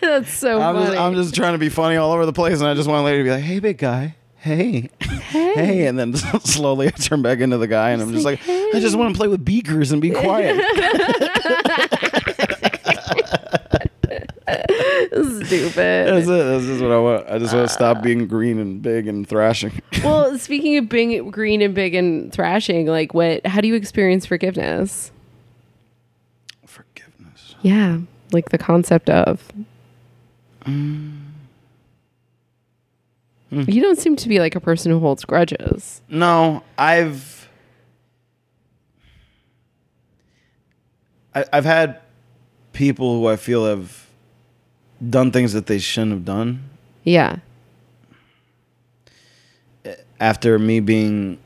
That's so
I'm
funny.
just, I'm just trying to be funny all over the place, and I just want a lady to be like, "Hey, big guy, hey, hey,", and then [laughs] slowly I turn back into the guy, and I'm just like,
like,
"I just want to play with beakers and be [laughs] quiet."
Stupid.
[laughs] That's it. That's just what I want. I just want to stop being green and big and thrashing.
well, speaking of being green and big and thrashing, like what how do you experience forgiveness?
[laughs] Forgiveness.
Yeah. Like the concept of Mm. You don't seem to be like a person who holds grudges.
No, I've I, I've had people who I feel have done things that they shouldn't have done
Yeah.
after me being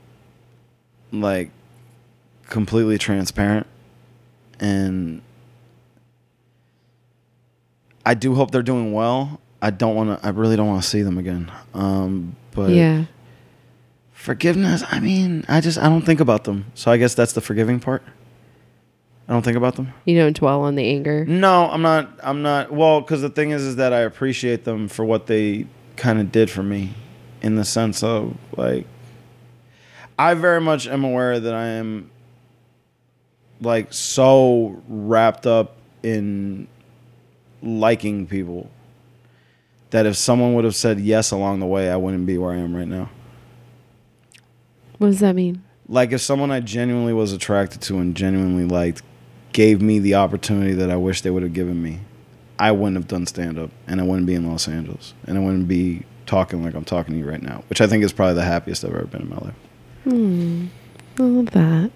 like completely transparent and I do hope they're doing well. I don't want to I really don't want to see them again. Um but
yeah.
Forgiveness, I mean, I just I don't think about them. So I guess that's the forgiving part. I don't think about them.
You don't dwell on the anger.
No, I'm not I'm not well, cuz the thing is is that I appreciate them for what they kind of did for me in the sense of like I very much am aware that I am like so wrapped up in liking people that if someone would have said yes along the way, I wouldn't be where I am right now.
What does that mean?
like if someone I genuinely was attracted to and genuinely liked gave me the opportunity that I wish they would have given me, I wouldn't have done stand up and I wouldn't be in Los Angeles and I wouldn't be talking like I'm talking to you right now, which I think is probably the happiest I've ever been in my life.
I love that.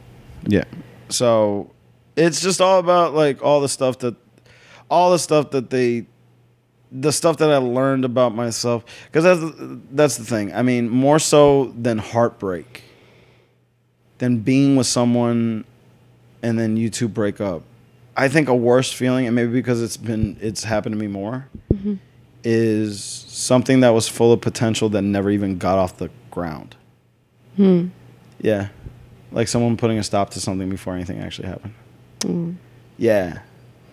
Yeah. So it's just all about like all the stuff that all the stuff that they the stuff that I learned about myself cuz that's that's the thing. I mean, more so than heartbreak than being with someone and then you two break up. I think a worse feeling and maybe because it's been it's happened to me more is something that was full of potential that never even got off the ground. Yeah. Like someone putting a stop to something before anything actually happened.
Hmm.
Yeah.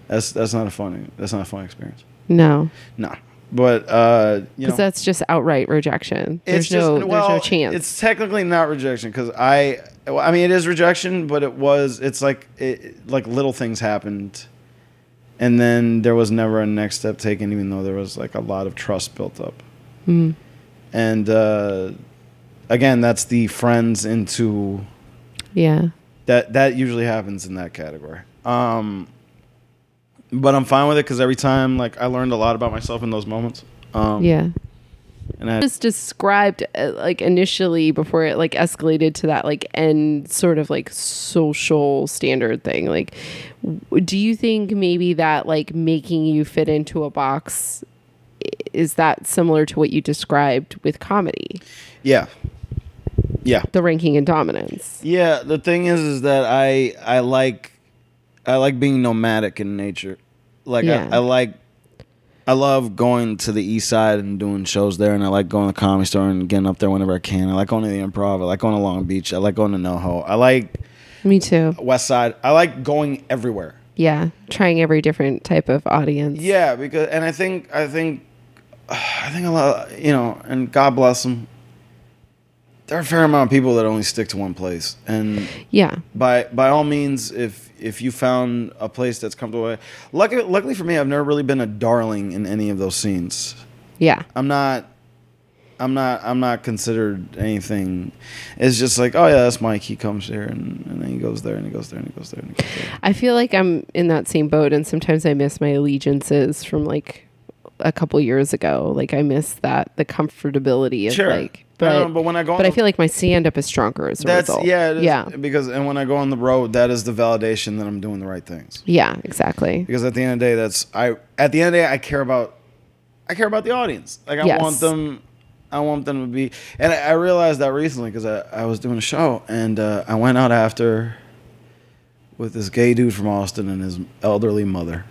That's that's not a funny that's not a fun experience.
No,
No. But uh you know
because that's just outright rejection. There's
it's just-
no,
well,
there's no chance.
It's technically not rejection because I, well, I mean, it is rejection, but it was. It's like it, like little things happened, and then there was never a next step taken, even though there was like a lot of trust built up.
Hmm.
And uh, again, that's the friends into
yeah,
that that usually happens in that category. Um, but I'm fine with it because every time, like, I learned a lot about myself in those moments. Um,
yeah.
And I,
Just described uh, like initially before it like escalated to that like end sort of like social standard thing. Like, w- do you think maybe that like making you fit into a box i- is that similar to what you described with comedy,
yeah, yeah.
the ranking and dominance?
Yeah, the thing is, is that I I like I like being nomadic in nature. Like
Yeah.
I, I like I love going to the east side and doing shows there, and I like going to the comedy store and getting up there whenever I can. I like going to the Improv. I like going to Long Beach. I like going to NoHo. I like
Me too.
West Side. I like going everywhere.
Yeah, trying every different type of audience.
Yeah, because and I think I think [sighs] I think a lot you know, and God bless them. There are a fair amount of people that only stick to one place, and
Yeah.
by by all means, if if you found a place that's comfortable, luckily, luckily for me, I've never really been a darling in any of those scenes.
Yeah.
I'm not, I'm not, I'm not considered anything. It's just like, oh yeah, that's Mike. He comes here and, and then he goes there and he goes there and he goes there and he goes there.
I feel like I'm in that same boat, and sometimes I miss my allegiances from like a couple years ago. Like I miss that the comfortability of
Sure.
like,
I
but
know, but when I go on
but I
the-
feel like my stand up is stronger as a
That's
result.
yeah, it is,
yeah,
Because and when I go on the road, that is the validation that I'm doing the right things.
yeah, exactly.
because at the end of the day that's i at the end of the day i care about i care about the audience like i
Yes.
want them i want them to be and i, I realized that recently because I, I was doing a show and uh, i went out after with this gay dude from austin and his elderly mother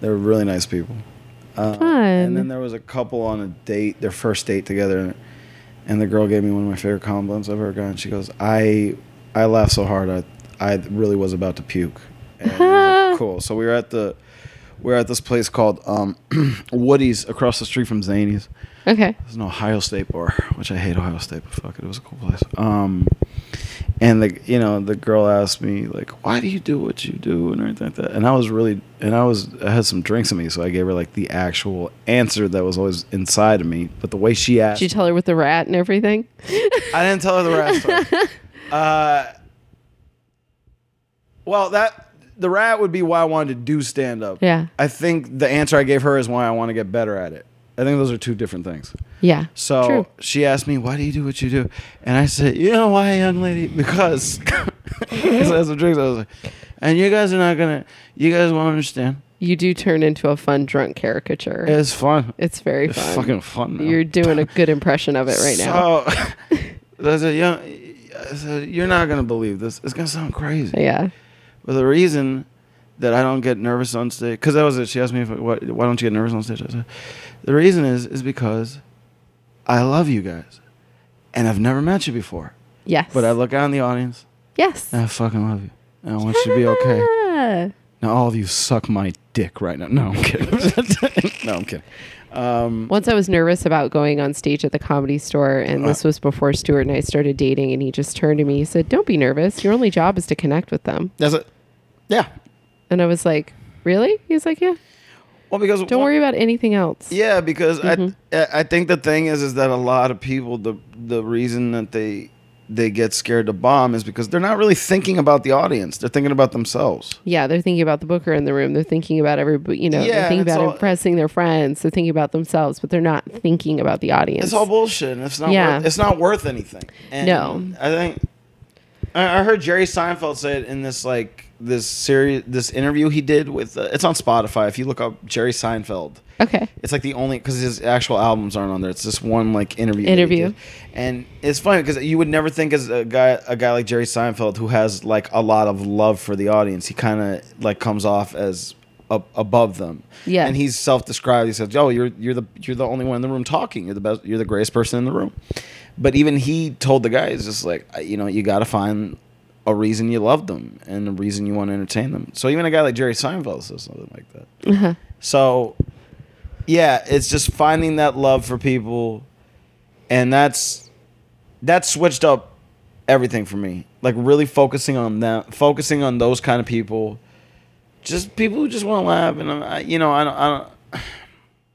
they were really nice people
Fun.
Uh, and then there was a couple on a date, their first date together, and the girl gave me one of my favorite compliments I've ever gotten. She goes, "I, I laughed so hard, I, I really was about to puke." And it was like, cool. So we were at the, we were at this place called um, [clears throat] Woody's across the street from Zany's.
okay,
It was an Ohio State bar, which I hate Ohio State, but fuck it, it was a cool place. Um, and the you know the girl asked me like, why do you do what you do and everything like that, and I was really and I was I had some drinks in me, so I gave her like the actual answer that was always inside of me, but the way she asked,
did you tell her with the rat and everything? [laughs]
I didn't tell her the rat story. uh, well, that the rat would be why I wanted to do stand up.
Yeah.
I think the answer I gave her is why I want to get better at it. I think those are two different things.
Yeah,
So
True.
she asked me, "Why do you do what you do?" And I said, "You know why, young lady? Because." [laughs] Because I had some drinks. I was like, "And you guys are not gonna. You guys won't understand.
you do turn into a fun drunk caricature. It's,
It's fun.
very
It's
fun.
fucking fun. Man.
You're
[laughs]
doing a good impression of it right now. [laughs]
So I said, "Young." I said, "You're not gonna believe this. It's gonna sound crazy."
Yeah,
But the reason that I don't get nervous on stage, because that was it. She asked me, if, what, why don't you get nervous on stage? I said, the reason is, is because I love you guys. And I've never met you before.
yes,
But I look out in the audience
yes.
and I fucking love you. And I want you to be
[laughs]
okay.
Yeah.
Now, all of you suck my dick right now. No, I'm kidding. [laughs] no, I'm kidding. Um,
Once I was nervous about going on stage at the comedy store, and this was before Stuart and I started dating, and he just turned to me. He said, Don't be nervous. Your only job is to connect with them.
That's it. Yeah.
And I was like, Really? He's like, Yeah,
Well, because
don't worry about Mm-hmm. anything else.
Yeah, because I I I think the thing is is that a lot of people the the reason that they they get scared to bomb is because they're not really thinking about the audience. They're thinking about themselves.
Yeah, they're thinking about the booker in the room. They're thinking about everybody, you know,
Yeah,
they're thinking
it's
about
all-
impressing their friends. They're thinking about themselves, but they're not thinking about the audience.
It's all bullshit. and It's not.
Yeah.
Worth, it's not worth anything. And
No.
I think I, I heard Jerry Seinfeld say it in this like this series, this interview he did with. Uh, it's on Spotify. If you look up Jerry Seinfeld,
okay.
it's like the only because his actual albums aren't on there. It's just one like interview. that he
Interview.
did. and it's funny because you would never think as a guy a guy like Jerry Seinfeld who has like a lot of love for the audience. He kind of like comes off as up above them.
Yeah.
and he's self described. He says, "Yo, you're you're the you're the only one in the room talking. You're the best. You're the greatest person in the room." But even he told the guys, just like I- you know, you got to find. A reason you love them and a reason you want to entertain them. So even a guy like Jerry Seinfeld says something like that. So, yeah, it's just finding that love for people, and that's that switched up everything for me. Like really focusing on that, focusing on those kind of people, just people who just want to laugh. And I, you know, I don't, I don't, [sighs]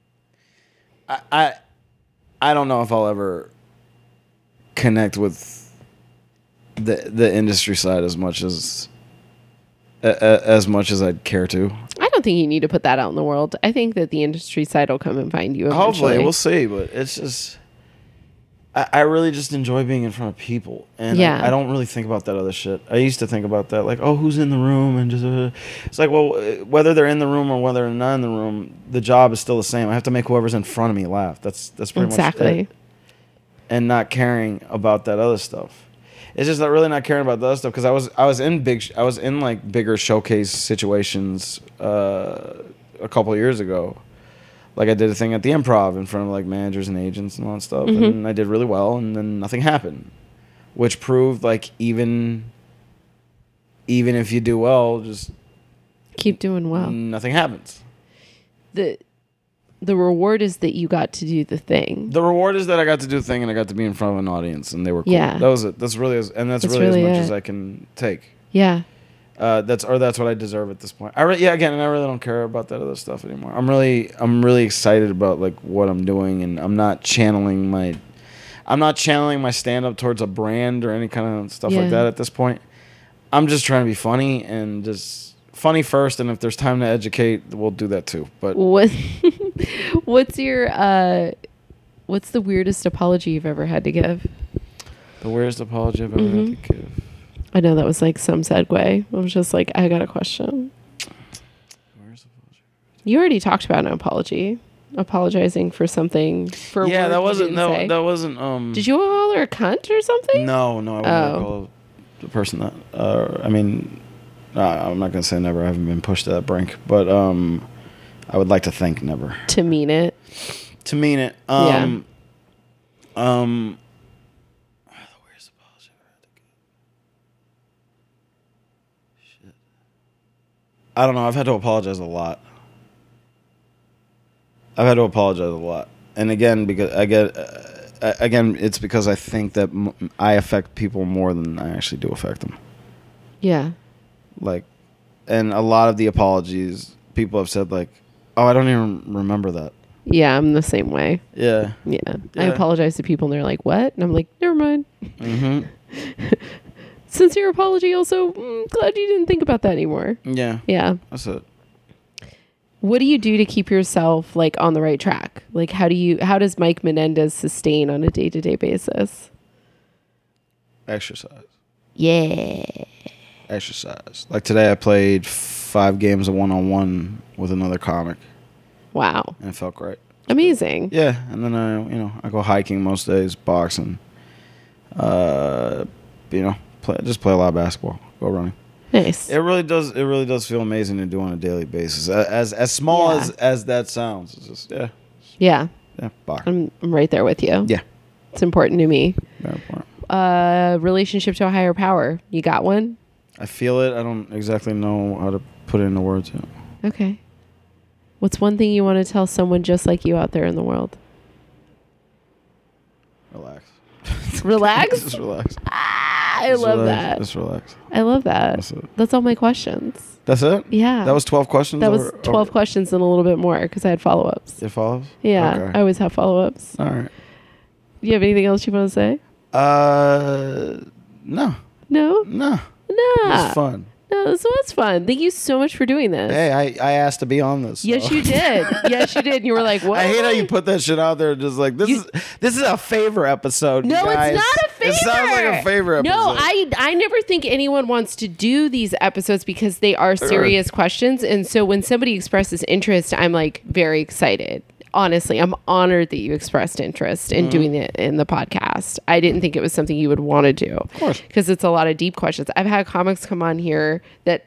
I, I, I don't know if I'll ever connect with the the industry side as much as a, a, as much as I'd care to.
I don't think you need to put that out in the world. I think that the industry side will come and find you. Eventually.
Hopefully, we'll see. But it's just, I, I really just enjoy being in front of people, and I-
Yeah.
I, don't really think about that other shit. I used to think about that, like, oh, who's in the room, and just uh, it's like, well, uh, whether they're in the room or whether they're not in the room, the job is still the same. I have to make whoever's in front of me laugh. That's that's pretty much
exactly.
it. and not caring about that other stuff. It's just not really not caring about the other stuff because I was I was in big sh- I was in like bigger showcase situations uh, a couple of years ago like I did a thing at the improv in front of like managers and agents and all that stuff, and I did really well, and then nothing happened, which proved like even even if you do well, just
Keep doing well.
nothing happens.
the The reward is that you got to do the thing.
The reward is that I got to do a thing and I got to be in front of an audience, and they were cool.
Yeah.
That was it. That's really as, and that's,
That's
really,
really
as much
it.
as I can take.
Yeah.
Uh, that's or that's what I deserve at this point. I re- yeah again, and I really don't care about that other stuff anymore. I'm really I'm really excited about like what I'm doing, and I'm not channeling my, I'm not channeling my stand up towards a brand or any kind of stuff
Yeah.
like that at this point. I'm just trying to be funny and just funny first, and if there's time to educate, we'll do that too. But
What [laughs] What's your uh What's the weirdest apology you've ever had to give?
the weirdest apology I've ever
mm-hmm.
had to give.
I know that was like some segue. I was just like, I got a question.
Where's the apology?
You already talked about an apology, apologizing for something. For a
Yeah,
word
that
you
wasn't
didn't
no,
say.
that wasn't um.
Did you call her a cunt or something?
No, no, I wouldn't
Oh.
call the person that. Uh, I mean, uh, I'm not gonna say never. I haven't been pushed to that brink, but um, I would like to think never
To mean it.
to mean it. Um, um. ah, the weirdest apology I've had to give. Shit. I don't know. I've had to apologize a lot. I've had to apologize a lot, and again because I get uh, uh, again it's because I think that m- I affect people more than I actually do affect them
Yeah.
like and a lot of the apologies people have said like oh i don't even remember that
Yeah, I'm the same way.
yeah
Yeah. I
Yeah.
apologize to people and they're like, what? And I'm like, never mind.
hmm
[laughs] Sincere apology. Also, mm, glad you didn't think about that anymore.
yeah
Yeah.
that's it
What do you do to keep yourself like on the right track? Like, how do you, how does Mike Menendez sustain on a day to day basis?
exercise
Yeah.
exercise like today i played five games of one-on-one with another comic
Wow.
and it felt great
Amazing.
yeah and then i you know i go hiking most days boxing uh you know play just play a lot of basketball go running
Nice.
It really does. It really does feel amazing to do on a daily basis. A- As as small
Yeah.
as as that sounds, it's just yeah,
Yeah.
yeah. Box.
I'm, I'm right there with you.
Yeah.
It's important to me.
Very important.
Uh, relationship to a higher power. You got one?
I feel it. I don't exactly know how to put it into words. Yet.
Okay. What's one thing you want to tell someone just like you out there in the world?
Relax. [laughs]
Relax.
Just relax.
Ah, I love that.
Just relax.
I love that.
That's it.
That's all my questions.
That's it.
Yeah.
That was twelve questions.
That was
or- or-
12 questions and a little bit more because I had follow ups.
It follows.
Yeah,
Okay.
I always have follow ups.
All right.
Do you have anything else you want to say?
Uh, no,
No,
no,
nah.
it's fun.
No, this was fun. Thank you so much for doing this.
Hey, I, I asked to be on this.
Yes,
so.
you did. yes, you did. And you were like,
[laughs]
"What?"
I hate how you put that shit out there. Just like this
You-
is this is a favor episode. you
No,
guys.
it's not a favor.
It sounds like a favor episode.
No, I I never think anyone wants to do these episodes because they are
Uh-huh.
serious questions, and so when somebody expresses interest, I'm like very excited. Honestly, I'm honored that you expressed interest
Mm-hmm.
in doing it in the podcast. I didn't think it was something you would want to do, of
course.
because it's a lot of deep questions. I've had comics come on here that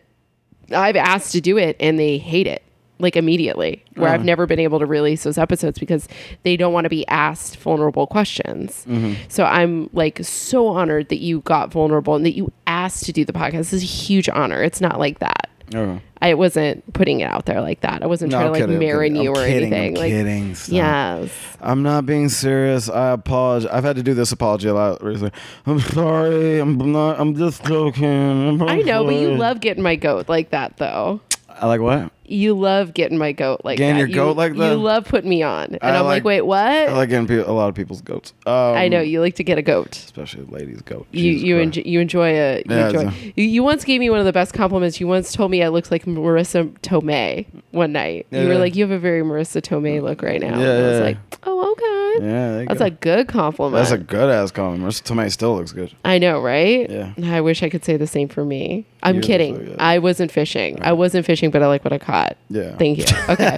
I've asked to do it and they hate it like immediately where
Uh-huh.
I've never been able to release those episodes because they don't want to be asked vulnerable questions.
Mm-hmm.
So I'm like so honored that you got vulnerable and that you asked to do the podcast. This is a huge honor. It's not like that.
Oh.
I wasn't putting it out there like that. I wasn't
No,
trying
I'm
to like
kidding, I'm
marin
kidding.
you
I'm
or
kidding, I'm
anything. like
kidding. Stop.
Yes.
I'm not being serious. I apologize. I've had to do this apology a lot recently. I'm sorry. I'm not. I'm just joking. I'm
I know, but you
sorry.
love getting my goat like that though.
I like what?
You love getting my goat like
Getting
that.
your
You-
goat like
You
that?
love putting me on. And
I
I'm like,
like-
wait, what?
I like getting pe- a lot of people's goats. Um,
I know you like to get a goat.
especially ladies' goat.
you
Jesus
you
Christ.
enjoy, you enjoy a you
Yeah,
enjoy.
it's
You, you once gave me one of the best compliments. You once told me I looked like Marissa Tomei one night. You were
Yeah.
like, "You have a very Marissa Tomei look right now."
Yeah,
and I was
yeah,
like, "Oh, okay,
Yeah, there you
that's
go.
a good compliment."
that's a good ass comment. Marissa Tomei still looks good.
I know, right?
Yeah.
I wish I could say the same for me. I'm
You
kidding.
look so good.
I wasn't fishing. I wasn't fishing, but I like what I caught.
Yeah.
Thank you. Okay.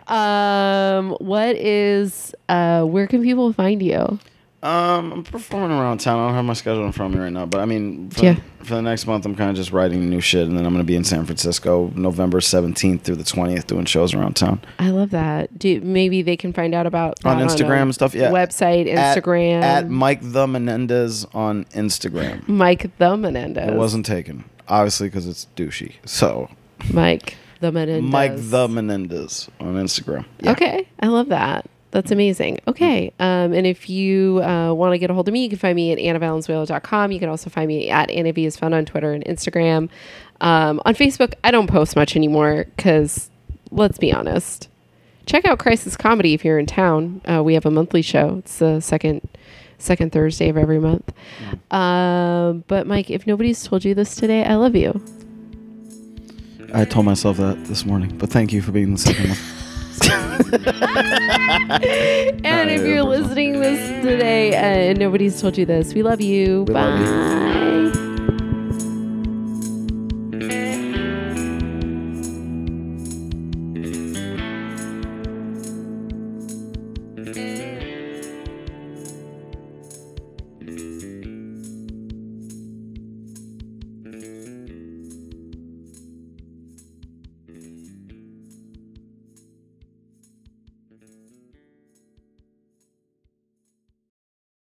[laughs]
um, what is uh where can people find you?
Um, I'm performing around town. I don't have my schedule in front of me right now, but I mean, for,
Yeah.
for the next month, I'm kind of just writing new shit, and then I'm gonna be in San Francisco November 17th through the 20th doing shows around town
I love that. Do maybe they can find out about that
on
a
Instagram and stuff. Yeah,
Website,
At-
Instagram.
at, Mike the Menendez on Instagram.
Mike the Menendez.
It wasn't taken, obviously, because it's douchey. So
Mike the Menendez.
Mike the Menendez on Instagram. Yeah.
Okay. I love that. That's amazing. Okay. Um, and if you uh, want to get a hold of me, you can find me at annavalenzuela.com. You can also find me at Anna V is found on Twitter and Instagram. Um, on Facebook, I don't post much anymore because let's be honest. Check out Crisis Comedy if you're in town. Uh, we have a monthly show. It's the second second Thursday of every month. Um, but Mike, if nobody's told you this today, I love you.
I told myself that this morning, but thank you for being the second one.
[laughs] And
Not
if
a
you're
person.
listening this today uh, and nobody's told you this, we love you.
We
Bye.
love you.